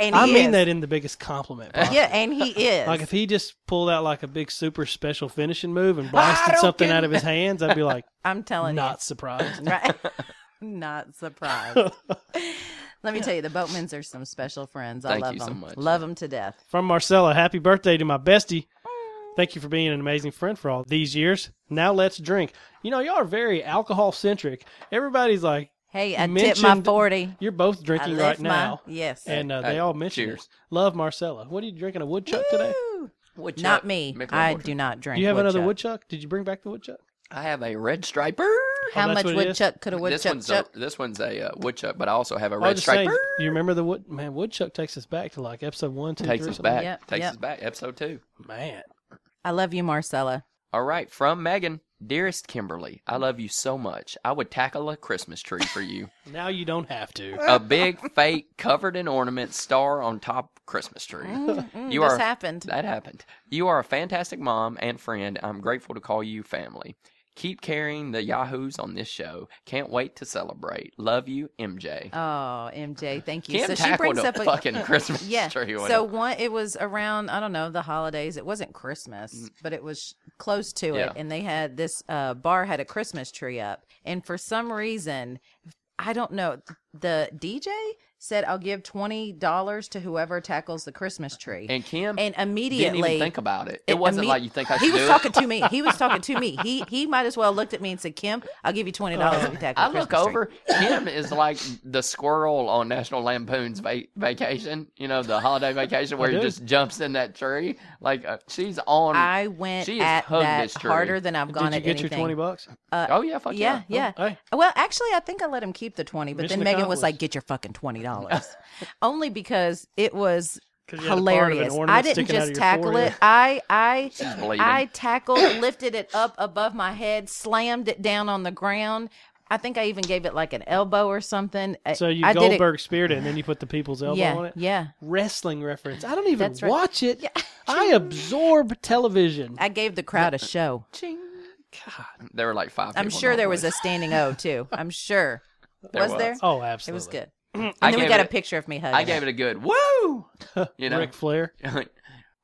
S2: and
S3: (laughs)
S2: (laughs)
S3: I
S2: he
S3: mean
S2: is.
S3: that in the biggest compliment. possible.
S2: Yeah, and he is.
S3: (laughs) Like if he just pulled out like a big super special finishing move and blasted
S1: don't
S3: something
S1: get
S3: out of his hands, I'd be
S2: (laughs)
S3: like,
S2: I'm telling you.
S3: not surprised. (laughs)
S2: Right. Not surprised. Let me tell you, the Boatmans are some special friends. I
S1: Thank
S2: love
S1: you so
S2: them.
S1: much.
S2: Love them to death.
S3: From Marcella, happy birthday to my bestie. Thank you for being an amazing friend for all these years. Now let's drink. You know, y'all are very alcohol centric. Everybody's like,
S2: Hey,
S3: you
S2: I tipped my
S3: mentioned-
S2: forty.
S3: You're both
S2: I
S3: drinking right
S2: left
S3: now.
S2: my yes.
S3: And uh,
S1: Hey,
S3: they all mentioned
S1: cheers.
S3: it. Love Marcella. What are you drinking? A woodchuck today?
S2: Woo.
S1: Woodchuck.
S2: Not me.
S1: Make one
S2: I
S1: more.
S2: do not drink.
S3: Do you have another
S2: woodchuck.
S3: woodchuck? Did you bring back the woodchuck?
S1: I have a red striper.
S3: Oh,
S2: How
S3: that's
S2: much
S3: what it is?
S2: woodchuck could a
S1: this
S2: woodchuck
S1: one's
S2: chuck?
S1: a this one's a uh, woodchuck, but I also have a
S3: I was
S1: red
S3: just saying,
S1: striper.
S3: you remember the wood man? Woodchuck takes us back to like episode one, two,
S1: Takes
S3: three,
S1: us
S3: something.
S1: back.
S2: Yep,
S1: Takes
S2: yep.
S1: us back. Episode two.
S3: Man,
S2: I love you, Marcella.
S1: All right, from Megan, dearest Kimberly, I love you so much. I would tackle a Christmas tree for you.
S3: now you don't have to.
S1: a
S2: (laughs)
S1: big fake covered in ornament star on top Christmas tree.
S3: (laughs)
S2: Mm,
S1: You
S2: this
S1: are-
S2: happened.
S1: That happened. You are a fantastic mom and friend. I'm grateful to call you family. Keep carrying the Yahoos on this show. Can't wait to celebrate. Love you, MJ.
S2: Oh, MJ, thank you.
S1: Kim
S2: so she
S1: tackled
S2: brings
S1: a
S2: up a (laughs)
S1: fucking Christmas
S2: yeah.
S1: tree. one.
S2: So one, it was around I don't know the holidays. It wasn't Christmas, but it was close to
S1: Mm. Yeah.
S2: it, and they had this uh, bar had a Christmas tree up, and for some reason, I don't know, the DJ said I'll give twenty dollars to whoever tackles the Christmas tree,
S1: and Kim
S2: and
S1: didn't
S2: immediately
S1: even think about it. It wasn't
S2: imme-
S1: like you think I should
S2: he was
S1: do
S2: talking
S1: it.
S2: to me. He was talking to me. He he might as well looked at me and said, "Kim, I'll give you twenty dollars
S1: (laughs)
S2: if you tackle."
S1: I
S2: the
S1: look
S2: Christmas tree."
S1: over. (laughs) Kim is like the squirrel on National Lampoon's va- vacation. You know, the
S2: (laughs)
S1: holiday vacation where he
S3: do.
S1: just jumps in that tree. Like uh, she's on.
S2: I went
S1: She has
S2: at
S1: hugged
S2: that
S1: this tree.
S2: harder than I've gone
S3: Did you
S2: at
S3: get
S2: anything.
S3: your twenty bucks?
S1: oh yeah, fuck
S2: yeah, yeah.
S3: Oh, hey.
S2: Well, actually, I think I let him keep the twenty, but
S3: Mission
S2: then Megan was
S3: accomplished.
S2: like, "Get your fucking twenty dollars," (laughs) only because it was
S3: (laughs) 'Cause you had a part of an
S2: hilarious.
S3: ornament
S2: I didn't
S3: sticking out
S2: just
S3: of your
S2: tackle
S3: forehead.
S2: it. I I
S1: She's bleeding.
S2: I tackled, lifted it up above my head, slammed it down on the ground. I think I even gave it like an elbow or something. I-
S3: So you
S2: I did it-
S3: Goldberg speared it, and then you put the people's elbow
S2: yeah,
S3: on it.
S2: yeah.
S3: Wrestling
S2: (laughs)
S3: reference. I don't even
S2: That's right.
S3: watch it. (laughs) I absorb
S2: (laughs)
S3: television. Oh,
S2: I gave the crowd a
S1: uh,
S2: show.
S1: There were like five.
S2: I'm
S1: people in
S2: sure
S1: that
S2: there was a
S1: place.
S2: standing O too.
S1: (laughs)
S2: I'm sure. was,
S1: was.
S2: there?
S3: oh,
S2: It
S3: absolutely.
S2: was good.
S1: I
S2: And then we
S1: gave
S2: got
S1: it-
S2: a picture of me hugging.
S1: I gave it a good (laughs) woo. You know,
S3: Ric Flair,
S1: you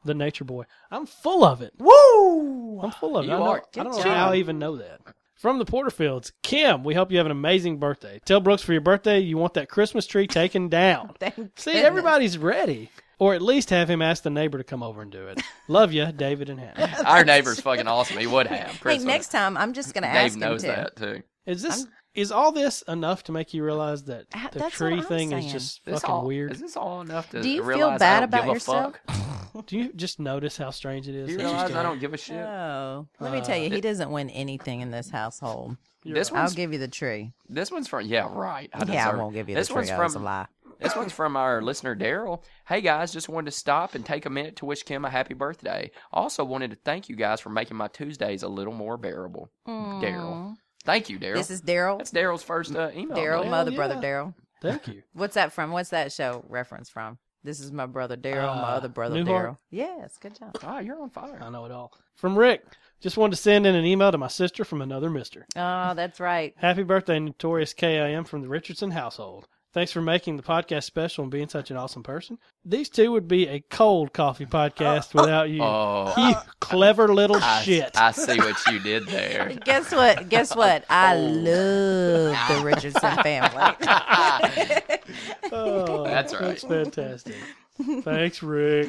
S3: the Nature Boy. I'm full of it. Woo! I'm full of it.
S1: You
S3: I, know-
S1: are.
S3: I don't know
S1: Good
S3: how
S1: job.
S3: I even know that. From the Porterfields, Kim. We hope you have an amazing birthday. Tell Brooks for your birthday you want that Christmas tree taken down.
S2: (laughs) (laughs) Thank
S3: See,
S2: goodness.
S3: everybody's ready, or at least have him ask the neighbor to come over
S2: (laughs)
S3: and do it. Love you, David and Hannah.
S1: our neighbor's fucking awesome. He would have.
S2: Hey,
S1: Chris would
S2: next time I'm just gonna
S1: have.
S2: ask
S1: Dave
S2: him
S1: knows
S2: to.
S1: that too.
S3: Is this is all this enough to make you realize that
S2: Ah,
S3: the
S2: that's what
S3: tree
S2: I'm
S3: thing is
S2: saying.
S3: just
S1: This
S3: fucking
S1: all,
S3: weird?
S1: Is this all enough to
S2: Do you feel
S1: realize I
S2: bad
S1: don't
S2: about
S1: give
S2: yourself?
S1: a fuck?
S3: Do you just notice how strange it is?
S1: Do you
S3: that just
S1: realize I
S3: don't-
S1: don't give a shit?
S2: Oh, let me tell you, he doesn't win anything in this household.
S1: This
S2: I'll
S1: one's
S2: give you the tree.
S1: this one's from yeah right. I
S2: yeah, I
S1: deserve it.
S2: won't give you
S1: this
S2: the tree.
S1: one's
S2: That was a
S1: from
S2: lie.
S1: This one's from our listener, Daryl. Hey guys, just wanted to stop and take a minute to wish Kim a happy birthday. Also wanted to thank you guys for making my Tuesdays a little more bearable. Daryl. Thank you, Daryl.
S2: Mm. This is Daryl.
S1: That's Daryl's first uh, email.
S2: Daryl,
S1: man.
S2: mother
S3: yeah.
S2: brother Daryl.
S3: Thank you.
S2: What's that from? What's that show reference from? This is my brother Daryl, my
S3: Uh,
S2: other brother
S3: Newhart?
S2: Daryl. Yes, good
S1: (laughs)
S2: job.
S1: Ah, you're on fire.
S3: I know it all. From Rick, just wanted to send in an email to my sister from another Mister.
S2: Oh, that's right.
S3: Happy birthday, notorious KIM from the Richardson household. Thanks for making the podcast special and being such an awesome person. These two would be a cold coffee podcast without you.
S1: (laughs) Oh,
S3: you clever little
S1: I,
S3: shit.
S1: I see what you
S2: (laughs)
S1: did there. Oh.
S2: Guess what? Guess what?
S1: (laughs)
S2: I love the Richardson family.
S3: Oh,
S1: That's right.
S3: That's fantastic.
S2: (laughs)
S3: Thanks, Rick.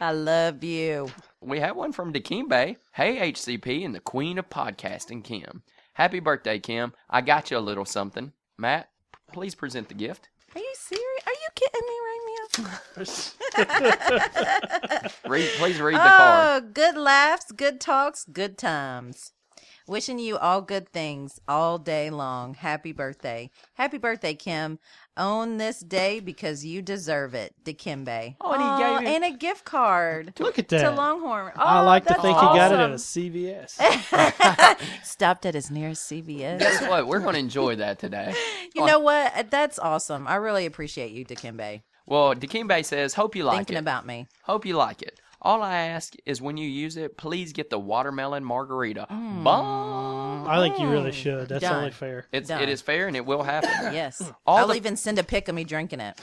S2: I love you.
S1: (laughs) We have one from Dikembe. Hey, HCP and the queen of podcasting, Kim. Happy birthday, Kim. I got you a little something. Matt, please present the gift.
S2: Are you serious? Are you kidding me
S1: (laughs)
S2: right now?
S1: Read, please read the
S2: oh,
S1: card.
S2: good laughs, good talks, good times. Wishing you all good things all day long. Happy birthday. Happy birthday, Kim. Own this day because you deserve it. Dikembe.
S1: Oh, and he
S2: Aw,
S1: gave it-
S2: and a gift card
S3: Look at
S2: to
S3: that.
S2: Longhorn.
S3: I
S2: Aw,
S3: like to
S2: that's
S3: think he got it at a
S2: awesome. (laughs)
S3: CVS.
S2: Stopped at his nearest CVS.
S1: Guess what? We're going to enjoy that today.
S2: You know what? That's awesome. I really appreciate you, Dikembe,
S1: Well, Dikembe says, hope you like
S2: thinking
S1: it.
S2: about me.
S1: Hope you like it. All I ask is when you use it, please get the watermelon margarita.
S2: Mm.
S1: Bah!
S3: I think you really should. That's
S2: Done.
S3: only fair.
S1: It's
S2: Done.
S1: it is fair and it will
S2: (laughs)
S1: happen.
S2: Yes.
S1: All
S2: I'll
S1: the-
S2: even send a pic of me
S1: (laughs)
S2: drinking it.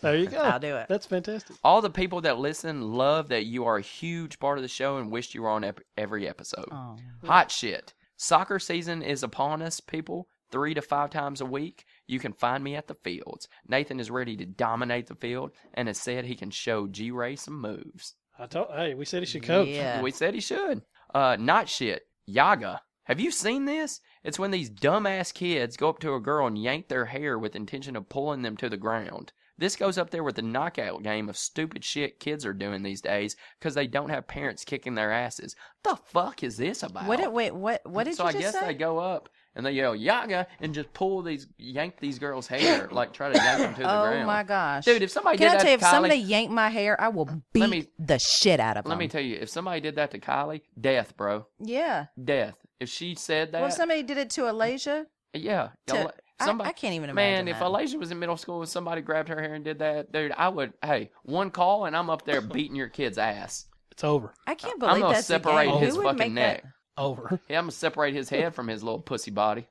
S3: There you go.
S2: I'll do it.
S3: That's fantastic.
S1: All the people that listen love that you are a huge part of the show and wished you were on ep- every episode.
S2: Oh.
S1: Hot shit. Soccer season is upon us, people. Three to five times a week, you can find me at the fields. Nathan is ready to dominate the field and has said he can show G Ray some moves.
S3: I told. Hey, we said he should coach.
S2: Yeah.
S1: We said he should. Uh, not shit. Yaga. Have you seen this? It's when these dumbass kids go up to a girl and yank their hair with intention of pulling them to the ground. This goes up there with the knockout game of stupid shit kids are doing these days because they don't have parents kicking their asses. The fuck is this about?
S2: What did, wait, what what did
S1: so
S2: you
S1: I
S2: just
S1: guess
S2: say?
S1: they go up and they yell Yaga and just pull these, yank these girls'
S2: (coughs)
S1: hair, like try to yank them to the
S2: oh
S1: ground.
S2: my gosh.
S1: Dude, if somebody did
S2: Can I
S1: that
S2: tell you, if
S1: to Kylie,
S2: somebody yanked my hair, I will beat
S1: me-
S2: the shit out of
S1: let
S2: them.
S1: me tell you, if somebody did that to Kylie, death, bro,
S2: yeah.
S1: death. If she said that,
S2: Well, if somebody did it to Alasia,
S1: yeah,
S2: to-
S1: y'all-
S2: I-
S1: somebody-
S2: I can't even imagine
S1: Man, if
S2: that.
S1: Alasia was in middle school and somebody grabbed her hair and did that, dude, I would. Hey, one call and I'm up
S2: (laughs)
S1: there beating your kid's ass.
S3: It's over.
S2: I can't
S1: I'm
S2: believe
S1: gonna
S2: that's
S1: separate
S2: a game.
S1: his
S2: Who would
S1: fucking
S2: make
S1: neck.
S2: That?
S3: Over. (laughs)
S1: Yeah, I'm gonna separate his head from his little pussy
S2: (laughs)
S1: body.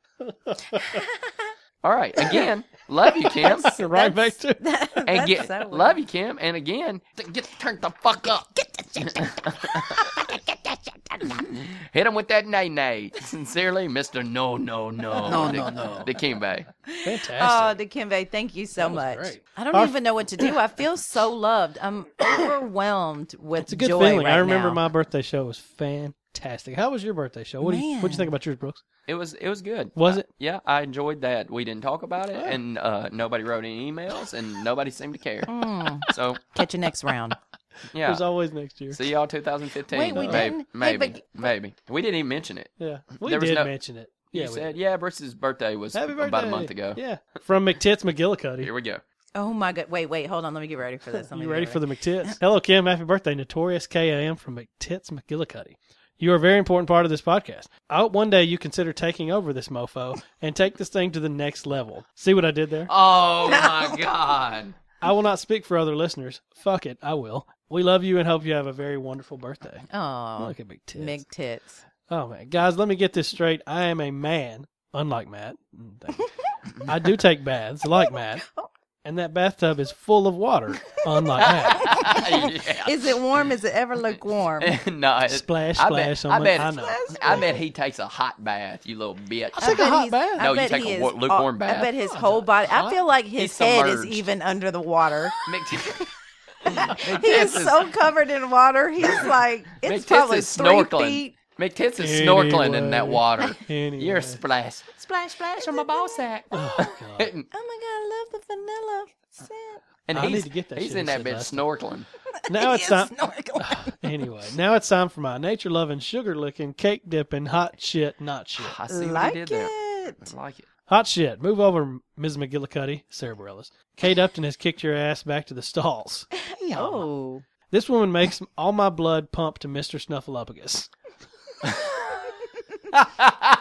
S1: All right, again, love you, Kim.
S3: right back to.
S1: and
S2: (laughs) That's
S1: get
S2: so weird.
S1: love you, Kim. And again, th- get turned the fuck up. Hit him with that nay nay. Sincerely, Mister No No No. No No No. The King Bay.
S2: Oh,
S3: Fantastic.
S2: Dikembe, thank you so much.
S3: great.
S2: I don't
S3: Our-
S2: even know what to do. I
S3: (laughs)
S2: feel so loved. I'm overwhelmed with
S3: it's a good
S2: joy
S3: feeling.
S2: right
S3: I remember
S2: now.
S3: my birthday show was fantastic. How was your birthday show? What do you What you
S2: Man.
S3: think about yours, Brooks?
S1: It was it was good.
S3: Was it?
S1: Yeah, I enjoyed that. We didn't talk about it, and uh, nobody wrote any emails, and nobody seemed to
S3: (laughs)
S1: care. So
S2: Mm. Catch you next round.
S1: yeah,
S3: It was always next year.
S1: see y'all 2015.
S2: Wait, we
S1: Maybe-
S2: didn't? Hey,
S1: Maybe,
S2: but-
S1: maybe we didn't even mention it.
S3: yeah, we
S1: there was
S3: did
S1: no-
S3: mention it. Yeah,
S1: you
S3: we
S1: said
S3: did.
S1: yeah. Bruce's birthday was
S3: Happy birthday.
S1: about a month ago.
S3: Yeah, from McTits McGillicuddy.
S1: Here we go.
S2: Oh my god! Wait, wait, hold on. Let me get ready for this. Let me
S3: You
S2: get
S3: ready for the McTits? Hello, Kim. Happy birthday, Notorious KAM from McTits McGillicuddy. You are a very important part of this podcast. I hope one day you consider taking over this mofo and take this thing to the next level. See what I did there?
S1: Oh (laughs) my god.
S3: I will not speak for other listeners. Fuck it, I will. We love you and hope you have a very wonderful birthday.
S2: Oh,
S3: Look at big tits.
S2: Mig tits.
S3: Oh man, guys, let me get this straight. I am a man, unlike Matt. Mm, thank you. I do take baths,
S1: (laughs)
S3: like Matt,
S1: Oh,
S3: and that bathtub is full of water, unlike Matt.
S1: yeah.
S2: Is it warm? Is it
S1: (laughs)
S2: ever look warm?
S1: no, it-
S3: (laughs) Splash,
S1: I bet,
S3: splash,
S1: I
S3: someone.
S1: bet,
S3: I know.
S1: I bet he takes a hot bath, you little bitch.
S3: Take a
S2: bet
S3: hot
S2: he's-
S3: bath.
S1: No,
S2: I
S1: you
S2: bet
S1: take a
S2: he is-
S1: wa- lukewarm
S2: oh,
S1: bath.
S2: I bet his whole body. I feel like
S1: He's
S2: his head is
S1: submerged.
S2: even under
S1: (laughs)
S2: the water.
S1: McT-
S2: He is
S1: is-
S2: so covered in
S1: (laughs)
S2: water. He's like it's
S1: McTits
S2: probably
S1: is
S2: three
S1: snorkeling.
S2: feet.
S1: McTits is
S3: Anyway.
S1: snorkeling in that
S3: (laughs)
S1: water.
S3: Anyway.
S1: You're a splash.
S2: Splash, splash on
S1: My ball sack. (laughs) and
S2: Oh my god! I love the vanilla scent.
S1: and
S3: I need
S1: he's,
S3: to get that
S1: he's
S3: shit
S1: in
S3: he
S1: that
S3: said
S1: bit
S3: last
S1: snorkeling.
S3: Now
S2: He
S3: it's
S2: is
S3: time.
S2: snorkeling.
S3: Anyway, now it's time for my nature loving, sugar licking, cake dipping, hot shit, not shit.
S1: I (laughs) see what
S2: like
S1: he did there.
S2: it.
S1: I like it.
S3: Hot shit. Move over, Ms. McGillicuddy, Sarah Bareilles. Kate Upton has kicked your ass back to the stalls.
S2: Oh,
S3: This woman makes all my blood pump to Mr. Snuffleupagus.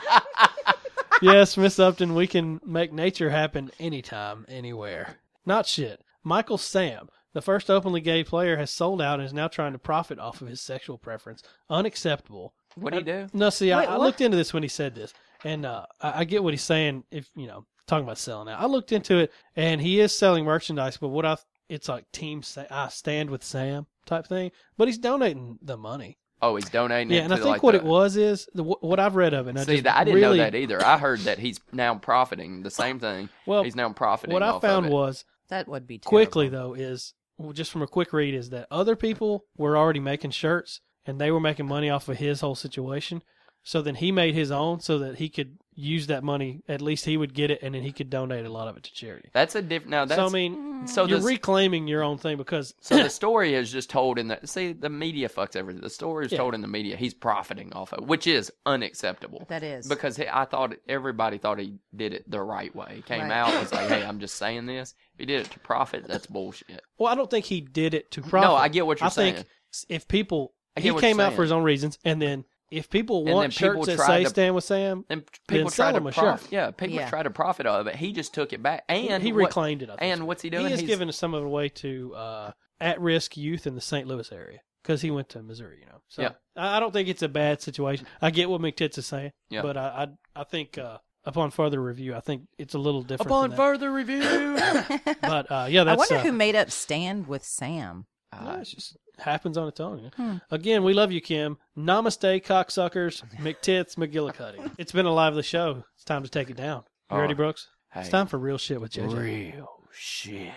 S1: (laughs)
S3: yes, Miss Upton, we can make nature happen anytime, anywhere. Not shit. Michael Sam, the first openly gay player, has sold out and is now trying to profit off of his sexual preference. Unacceptable.
S1: What do you do?
S3: No, see,
S2: Wait,
S3: I, I
S2: what?
S3: looked into this when he said this, and uh, I, I get what he's saying. If you know, talking about selling out, I looked into it, and he is selling merchandise. But what I, it's like team, Sa- I stand with Sam type thing. But he's donating the money.
S1: Oh, he's donating
S3: Yeah,
S1: it
S3: and
S1: to
S3: I think
S1: like
S3: what
S1: the,
S3: it was is the, wh- what I've read of it. And I
S1: See,
S3: just
S1: that, I didn't
S3: really,
S1: know that either. I heard that he's now profiting the same thing.
S3: Well,
S1: he's now profiting.
S3: What I
S1: off of
S3: found
S1: it.
S3: was
S2: that would be terrible.
S3: quickly though is well, just from a quick read is that other people were already making shirts and they were making money off of his whole situation so then he made his own so that he could use that money at least he would get it and then he could donate a lot of it to charity
S1: that's a different. Now that's mm-hmm.
S3: so i
S2: Mm-hmm.
S3: mean
S1: so
S3: you're
S1: this-
S3: reclaiming your own thing because
S1: So
S3: (coughs)
S1: the story is just told in the see the media fucks everything. The story is
S3: Yeah.
S1: told in the media. He's profiting off of, which is unacceptable.
S2: That is.
S1: because he, I thought everybody thought he did it the right way. He came
S2: Right.
S1: out and was like,
S2: (coughs)
S1: "Hey, I'm just saying this. If he did it to profit, that's bullshit."
S3: well i don't think he did it to profit
S1: No, I get what you're
S3: I think
S1: saying.
S3: s- if people
S1: I get
S3: he
S1: what
S3: came
S1: you're
S3: out for
S1: saying.
S3: his own reasons and then if people
S1: then
S3: want
S1: people
S3: shirts that
S1: tried
S3: say
S1: to-
S3: stand with sam
S1: And
S3: Then
S1: people
S3: sell
S1: try to
S3: him a
S1: profit.
S3: shirt.
S1: Yeah, people
S2: Yeah.
S1: try to profit off of it. He just took it back, and
S3: he
S1: what-
S3: reclaimed it I think.
S1: And what's he doing?
S3: He has
S1: He's-
S3: given some of it away to uh, at-risk youth in the St. Louis area. because he went to Missouri, you know. So
S1: Yeah.
S3: I, I don't think it's a bad situation. I get what McTits is saying,
S1: Yeah.
S3: but I I, I think uh, upon further review, I think it's a little different.
S1: Upon
S3: than that.
S1: further
S3: (coughs)
S1: review, (coughs)
S3: (laughs) but uh,
S2: (laughs)
S3: yeah,
S2: I
S3: that's
S2: wonder
S3: uh,
S2: who made up Stand with Sam.
S3: no, it just happens on its own. you know.
S2: Hmm.
S3: Again, we love you, Kim. Namaste, cocksuckers, McTits, McGillicuddy. it's been a lively show. It's time to take it down. You
S1: All
S3: ready,
S1: right.
S3: Brooks?
S1: Hey.
S3: It's time for real shit with JJ.
S1: real shit.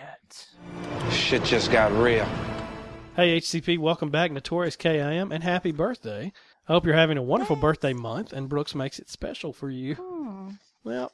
S5: Shit just got real.
S3: Hey, HCP, welcome back, Notorious KIM, and happy birthday. I hope you're having a wonderful birthday month, and Brooks makes it special for you.
S2: Hmm.
S3: Well,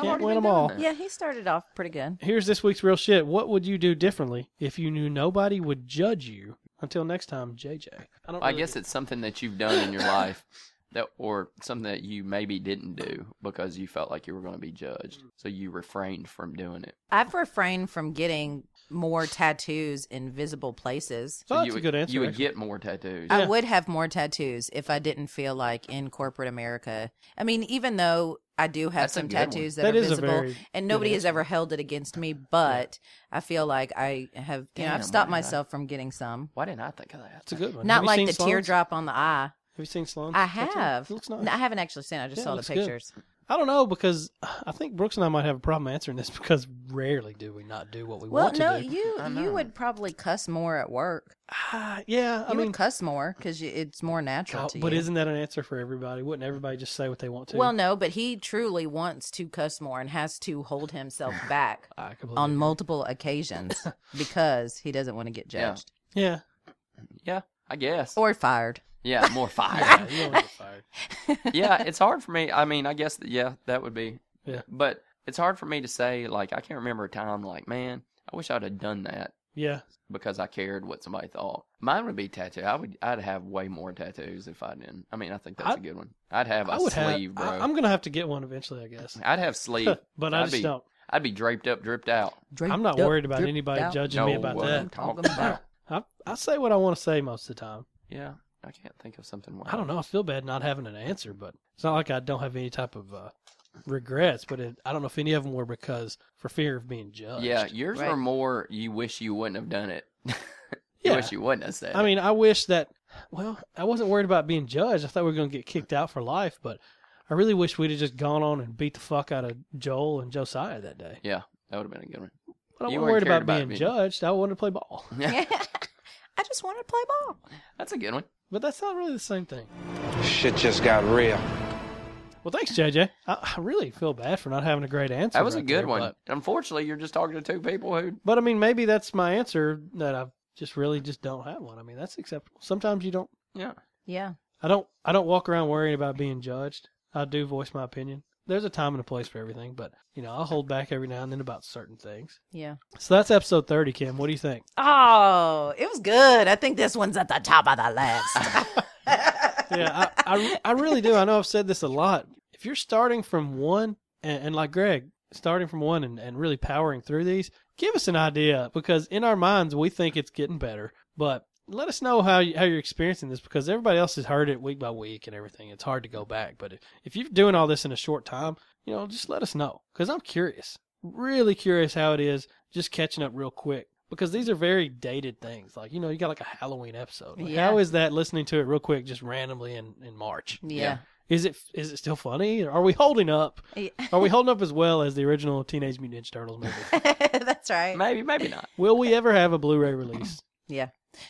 S3: can't win them all.
S2: Yeah, he started off pretty good.
S3: Here's this week's real shit. What would you do differently if you knew nobody would judge you? Until next time, JJ. I don't.
S1: I
S3: really-
S1: guess it's something that you've done in your life that or something that you maybe didn't do because you felt like you were going to be judged. So you refrained from doing it.
S2: I've refrained from getting more tattoos in visible places.
S3: Oh,
S1: So
S3: that's
S1: you
S3: a
S1: would,
S3: good answer.
S1: You would
S3: actually.
S1: get more tattoos.
S2: I would have more tattoos if I didn't feel like in corporate America. I mean, even though I do have
S1: That's a
S2: some
S1: good one.
S2: tattoos that,
S3: That
S2: are
S3: is a
S2: visible,
S3: very
S2: and
S3: good
S2: nobody has
S3: answer.
S2: ever held it against me, but I feel like I have, you know,
S1: Damn,
S2: I've stopped
S1: why did I-
S2: myself from getting some.
S1: Why didn't I think of that?
S3: It's a good one.
S2: Not
S3: Have you
S2: like
S3: seen
S2: the
S3: Sloan's?
S2: teardrop on the eye.
S3: Have you seen Sloan?
S2: I have.
S3: It looks
S2: No,
S3: nice.
S2: I haven't actually seen. it. I just
S3: Yeah, it
S2: saw the
S3: looks good.
S2: pictures.
S3: I don't know because I think Brooks and I might have a problem answering this (laughs) because rarely do we not do what we
S2: Well,
S3: want to
S2: no,
S3: do.
S2: you you would probably cuss more at work.
S3: Ah, (sighs) yeah, I
S2: you
S3: mean,
S2: would cuss more because it's more natural
S3: God,
S2: to you.
S3: but isn't that an answer for everybody? Wouldn't everybody just say what they want to?
S2: Well, no, but he truly wants to cuss more and has to hold
S3: (laughs)
S2: himself back
S3: I completely.
S2: on multiple
S3: (laughs)
S2: occasions because he doesn't want to get
S1: Yeah.
S2: judged
S3: yeah,
S1: Yeah, I guess.
S2: or fired.
S1: yeah,
S3: (laughs)
S1: more
S3: yeah,
S1: fire.
S3: you don't get fired.
S1: yeah, it's hard for me. I mean, I guess that, yeah, that would be.
S3: Yeah.
S1: But it's hard for me to say like I can't remember a time like, man, I wish I'd have done that
S3: Yeah,
S1: because I cared what somebody thought. Mine would be tattoo. I would I'd have way more tattoos if I didn't. I mean, I think that's
S3: I-
S1: a good one. I'd have a
S3: I would
S1: sleeve,
S3: have.
S1: bro.
S3: I, am gonna have to get one eventually, I guess. (laughs)
S1: I'd have sleeve,
S3: But I
S1: I'd
S3: just
S1: be,
S3: don't.
S1: I'd be draped up, dripped out.
S3: I'm not worried about anybody
S2: (laughs)
S3: judging me about
S1: what I'm
S3: that.
S1: talking about.
S3: I, I say what I want to say most of the time.
S1: (laughs) Yeah, I can't think of something. Worse.
S3: I don't know. I feel bad not having an answer, but it's not like I don't have any type of uh, regrets. But it, I don't know if any of them were because for fear of being judged.
S1: Yeah, yours
S2: Right.
S1: are more. You wish you wouldn't have done it. (laughs) you
S3: Yeah.
S1: wish you wouldn't have said.
S3: I
S1: it.
S3: mean, I wish that. Well, I wasn't worried about being judged. I thought we were going to get kicked out for life, but I really wish we'd have just gone on and beat the fuck out of Joel and Josiah that day.
S1: yeah, that would have been a good one.
S3: But I
S1: You
S3: wasn't
S1: weren't
S3: worried
S1: cared
S3: about,
S1: about
S3: being
S1: being-
S3: judged. I wanted to play ball. (laughs)
S2: I just wanted to play ball.
S1: (laughs) That's a good one.
S3: But that's not really the same thing.
S5: Shit just got real.
S3: Well, thanks, JJ. I, I really feel bad for not having a great answer.
S1: That was a
S3: right
S1: good
S3: there,
S1: one.
S3: But,
S1: Unfortunately, you're just talking to two people who.
S3: but, I mean, maybe that's my answer that I just really just don't have one. I mean, that's acceptable. Sometimes you don't.
S1: Yeah,
S2: Yeah,
S3: I don't. I don't walk around worrying about being judged. I do voice my opinion. There's a time and a place for everything, but you know, I'll hold back every now and then about certain things.
S2: yeah.
S3: So that's episode 30, Kim. What do you think?
S2: Oh, it was good. I think this one's at the top of the list.
S3: (laughs)
S2: (laughs)
S3: Yeah, I, I, I really do. I know I've said this a lot. If you're starting from one, and, and like Greg, starting from one and, and really powering through these, give us an idea because in our minds, we think it's getting better. But let us know how, you, how you're experiencing this because everybody else has heard it week by week and everything. It's hard to go back. But if, if you're doing all this in a short time, you know, just let us know because I'm curious. Really curious how it is just catching up real quick because these are very dated things. Like, you know, you got like a Halloween episode. Like,
S2: Yeah.
S3: How is that listening to it real quick just randomly in, in March?
S2: yeah.
S3: Is it is it still funny? Are we holding up?
S2: Yeah.
S3: Are we holding up as well as the original Teenage Mutant Ninja Turtles movie?
S2: (laughs) That's right.
S1: maybe,
S3: (laughs)
S1: maybe not.
S3: Will we ever have a Blu-ray release?
S2: Yeah.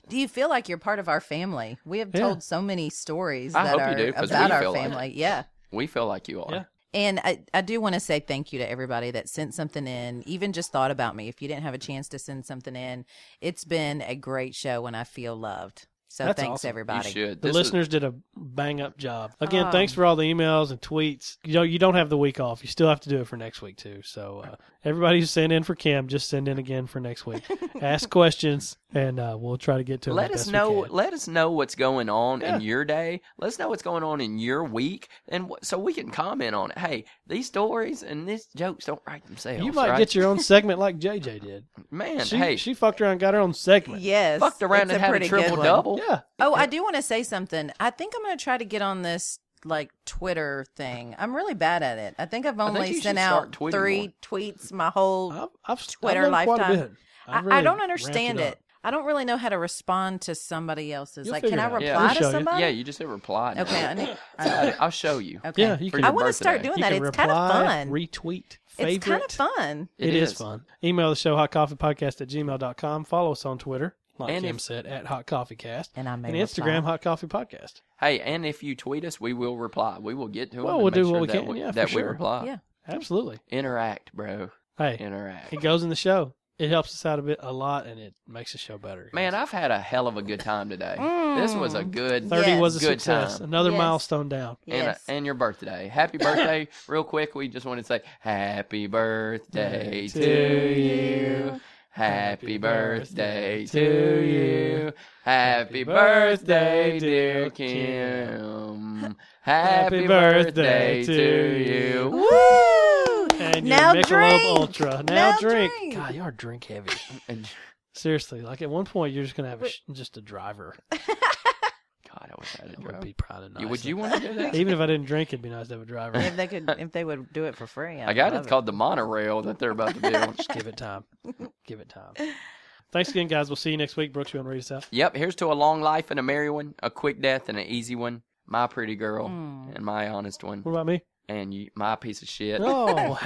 S2: Do you feel like you're part of our family? We have
S3: Yeah.
S2: told so many stories
S1: I
S2: that
S1: hope you
S2: are
S1: do, 'cause we
S2: about our
S1: feel like
S2: family.
S1: it.
S2: yeah.
S1: We feel like you are.
S3: Yeah.
S2: And I, I do want to say thank you to everybody that sent something in, even just thought about me. If you didn't have a chance to send something in, it's been a great show and I feel loved. So
S3: That's
S2: thanks
S3: awesome.
S2: everybody.
S1: You should.
S3: The
S1: This is-
S3: listeners did a bang up job. Again, thanks for all the emails and tweets. You know, you don't have the week off. You still have to do it for next week too. So uh, everybody who sent in for Kim, just send in again for next week. Ask questions, and uh, we'll try to get to. 'em
S1: let
S3: as
S1: us
S3: best we
S1: know
S3: can.
S1: let us know what's going on
S3: Yeah.
S1: in your day let us know what's going on in your week and wh- so we can comment on it hey these stories and these jokes don't write themselves
S3: You might
S1: right?
S3: get your own segment like JJ did.
S1: man
S3: She,
S1: hey
S3: she fucked around, and got her own segment.
S2: Yes.
S1: fucked around
S2: it's
S1: and had a
S2: pretty good
S1: triple
S2: one.
S1: double
S3: Yeah.
S2: Oh, I do want to say something. I think I'm going to try to get on this like Twitter thing. I'm really bad at it. I think I've
S1: think
S2: only
S1: you should
S2: sent
S1: start
S2: out
S1: tweeting
S2: three tweets my whole
S3: I've, I've
S2: Twitter
S3: I've done quite a
S2: lifetime.
S3: bit.
S2: I,
S3: I've really
S2: I don't
S3: ramped
S2: understand
S3: up.
S2: it. I don't really know how to respond to somebody else's.
S3: You'll
S2: like, can
S3: figure
S2: I
S3: it out.
S2: reply
S1: Yeah.
S3: We'll show
S2: to
S3: you.
S2: somebody?
S1: Yeah, you just hit reply. now.
S2: Okay, I need, I
S1: I- I'll show you.
S2: okay.
S3: Yeah, you
S1: For
S3: can-
S2: I
S1: your
S2: want to start
S1: birthday.
S2: doing
S3: You
S2: that.
S3: can
S2: It's kind of
S3: reply,
S2: fun.
S3: Retweet. Favorite.
S2: It's kind of fun.
S3: it is. fun. Email the show hotcoffeepodcast at gmail.com. Follow us on Twitter, like
S1: And
S3: Jim
S1: if-
S3: said, at Hot Coffee Cast.
S2: And I may
S3: Instagram,
S2: reply.
S3: Hot Coffee Podcast.
S1: Hey, and if you tweet us, we will reply. We will get to it.
S3: Well, we'll do what we can, yeah, for
S1: that we
S3: sure.
S1: reply.
S2: Yeah.
S3: Absolutely.
S1: Interact, bro.
S3: Hey,
S1: Interact.
S3: it goes in the show. It helps us out a bit, a lot, and it makes the show better.
S1: Man, I've had a hell of a good time today. This was a good
S3: 30
S2: Yes.
S3: was a
S1: Good
S3: success.
S1: time.
S3: Another
S2: Yes.
S3: milestone down.
S1: and, uh,
S2: Yes.
S1: and your birthday. Happy birthday. Real quick, we just wanted to say happy birthday
S3: To
S1: to you. Happy birthday to you. Happy birthday, dear Kim. (laughs) Happy birthday to you.
S2: Woo!
S3: And
S2: now
S3: your Michelob
S2: drink.
S3: Ultra. Now,
S2: Now
S3: drink.
S2: drink.
S3: God, you are drink heavy.
S1: And
S3: Seriously, like at one point, you're just gonna have a sh- just a driver.
S1: God, I wish I had a
S3: That would
S1: drug.
S3: be probably nice.
S1: You- Would you want to do that?
S3: Even if I didn't drink, it'd be nice to have a driver.
S2: If they could, if they would do it for free, I,
S1: I got it.
S2: love
S1: It's called the monorail that they're about to (laughs) build.
S3: Just give it time. give it time. Thanks again, guys. We'll see you next week. Brooks, you want to read us out?
S1: Yep, here's to a long life and a merry one, a quick death and an easy one, my pretty girl
S3: Hmm.
S1: and my honest one,
S3: What about me?
S1: and you, my piece of shit.
S3: Oh (laughs) wow,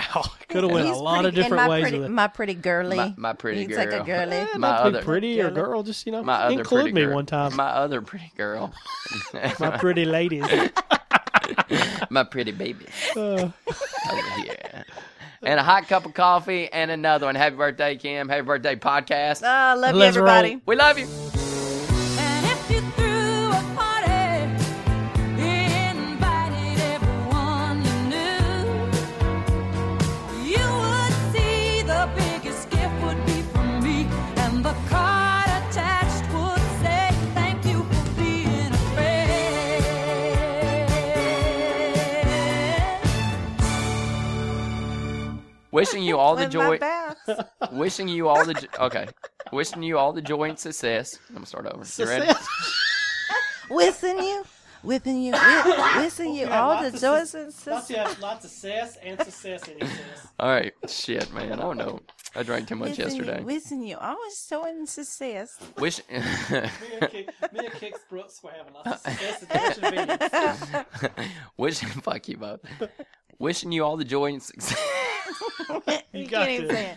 S3: could have went a
S2: He's
S3: lot of
S2: pretty- and
S3: different
S2: my
S3: ways
S2: pretty,
S3: with it.
S2: My pretty girly.
S1: My, my pretty
S2: He's
S1: girl.
S2: like a girly.
S3: (laughs) Eh,
S1: my
S3: not to be
S1: other-
S3: pretty or
S2: Girly.
S3: girl, just you know,
S1: My other
S3: include
S1: pretty
S3: me
S1: girl.
S3: one time. My,
S1: My other pretty
S3: (laughs)
S1: girl.
S3: pretty (laughs) ladies.
S1: my pretty baby
S3: Uh,
S1: over here. And a hot cup of coffee and another one. Happy birthday, Kim. Happy birthday, podcast.
S2: Ah, love you,
S3: Let's roll.
S2: everybody.
S3: (laughs)
S1: we love you.
S4: And if you threw a party, you invited everyone you knew. You would see the biggest gift would be from me, and the card attached would say, "Thank you for being a friend."
S1: Wishing you all the
S2: With my
S1: joy.
S2: baths. (laughs)
S1: Wishing you all the jo- okay. Wishing you all the joy and success. I'm gonna start over. You ready?
S2: Whistling you, whipping you,
S3: (laughs)
S2: whi- whistling you, all the joys and sisters.
S3: of lots of sass and success in (laughs)
S1: All right, shit, man. I don't know. I drank too much
S2: Whistling
S1: yesterday.
S2: you, whistling you, all the joys and (laughs) success.
S1: Wish. (laughs)
S3: Me and Kicks Brooks were having lots of success at the (laughs)
S1: wishing fuck you both. Wishing you all the joy and success.
S2: You
S3: got
S2: can't even
S3: this.
S2: say it.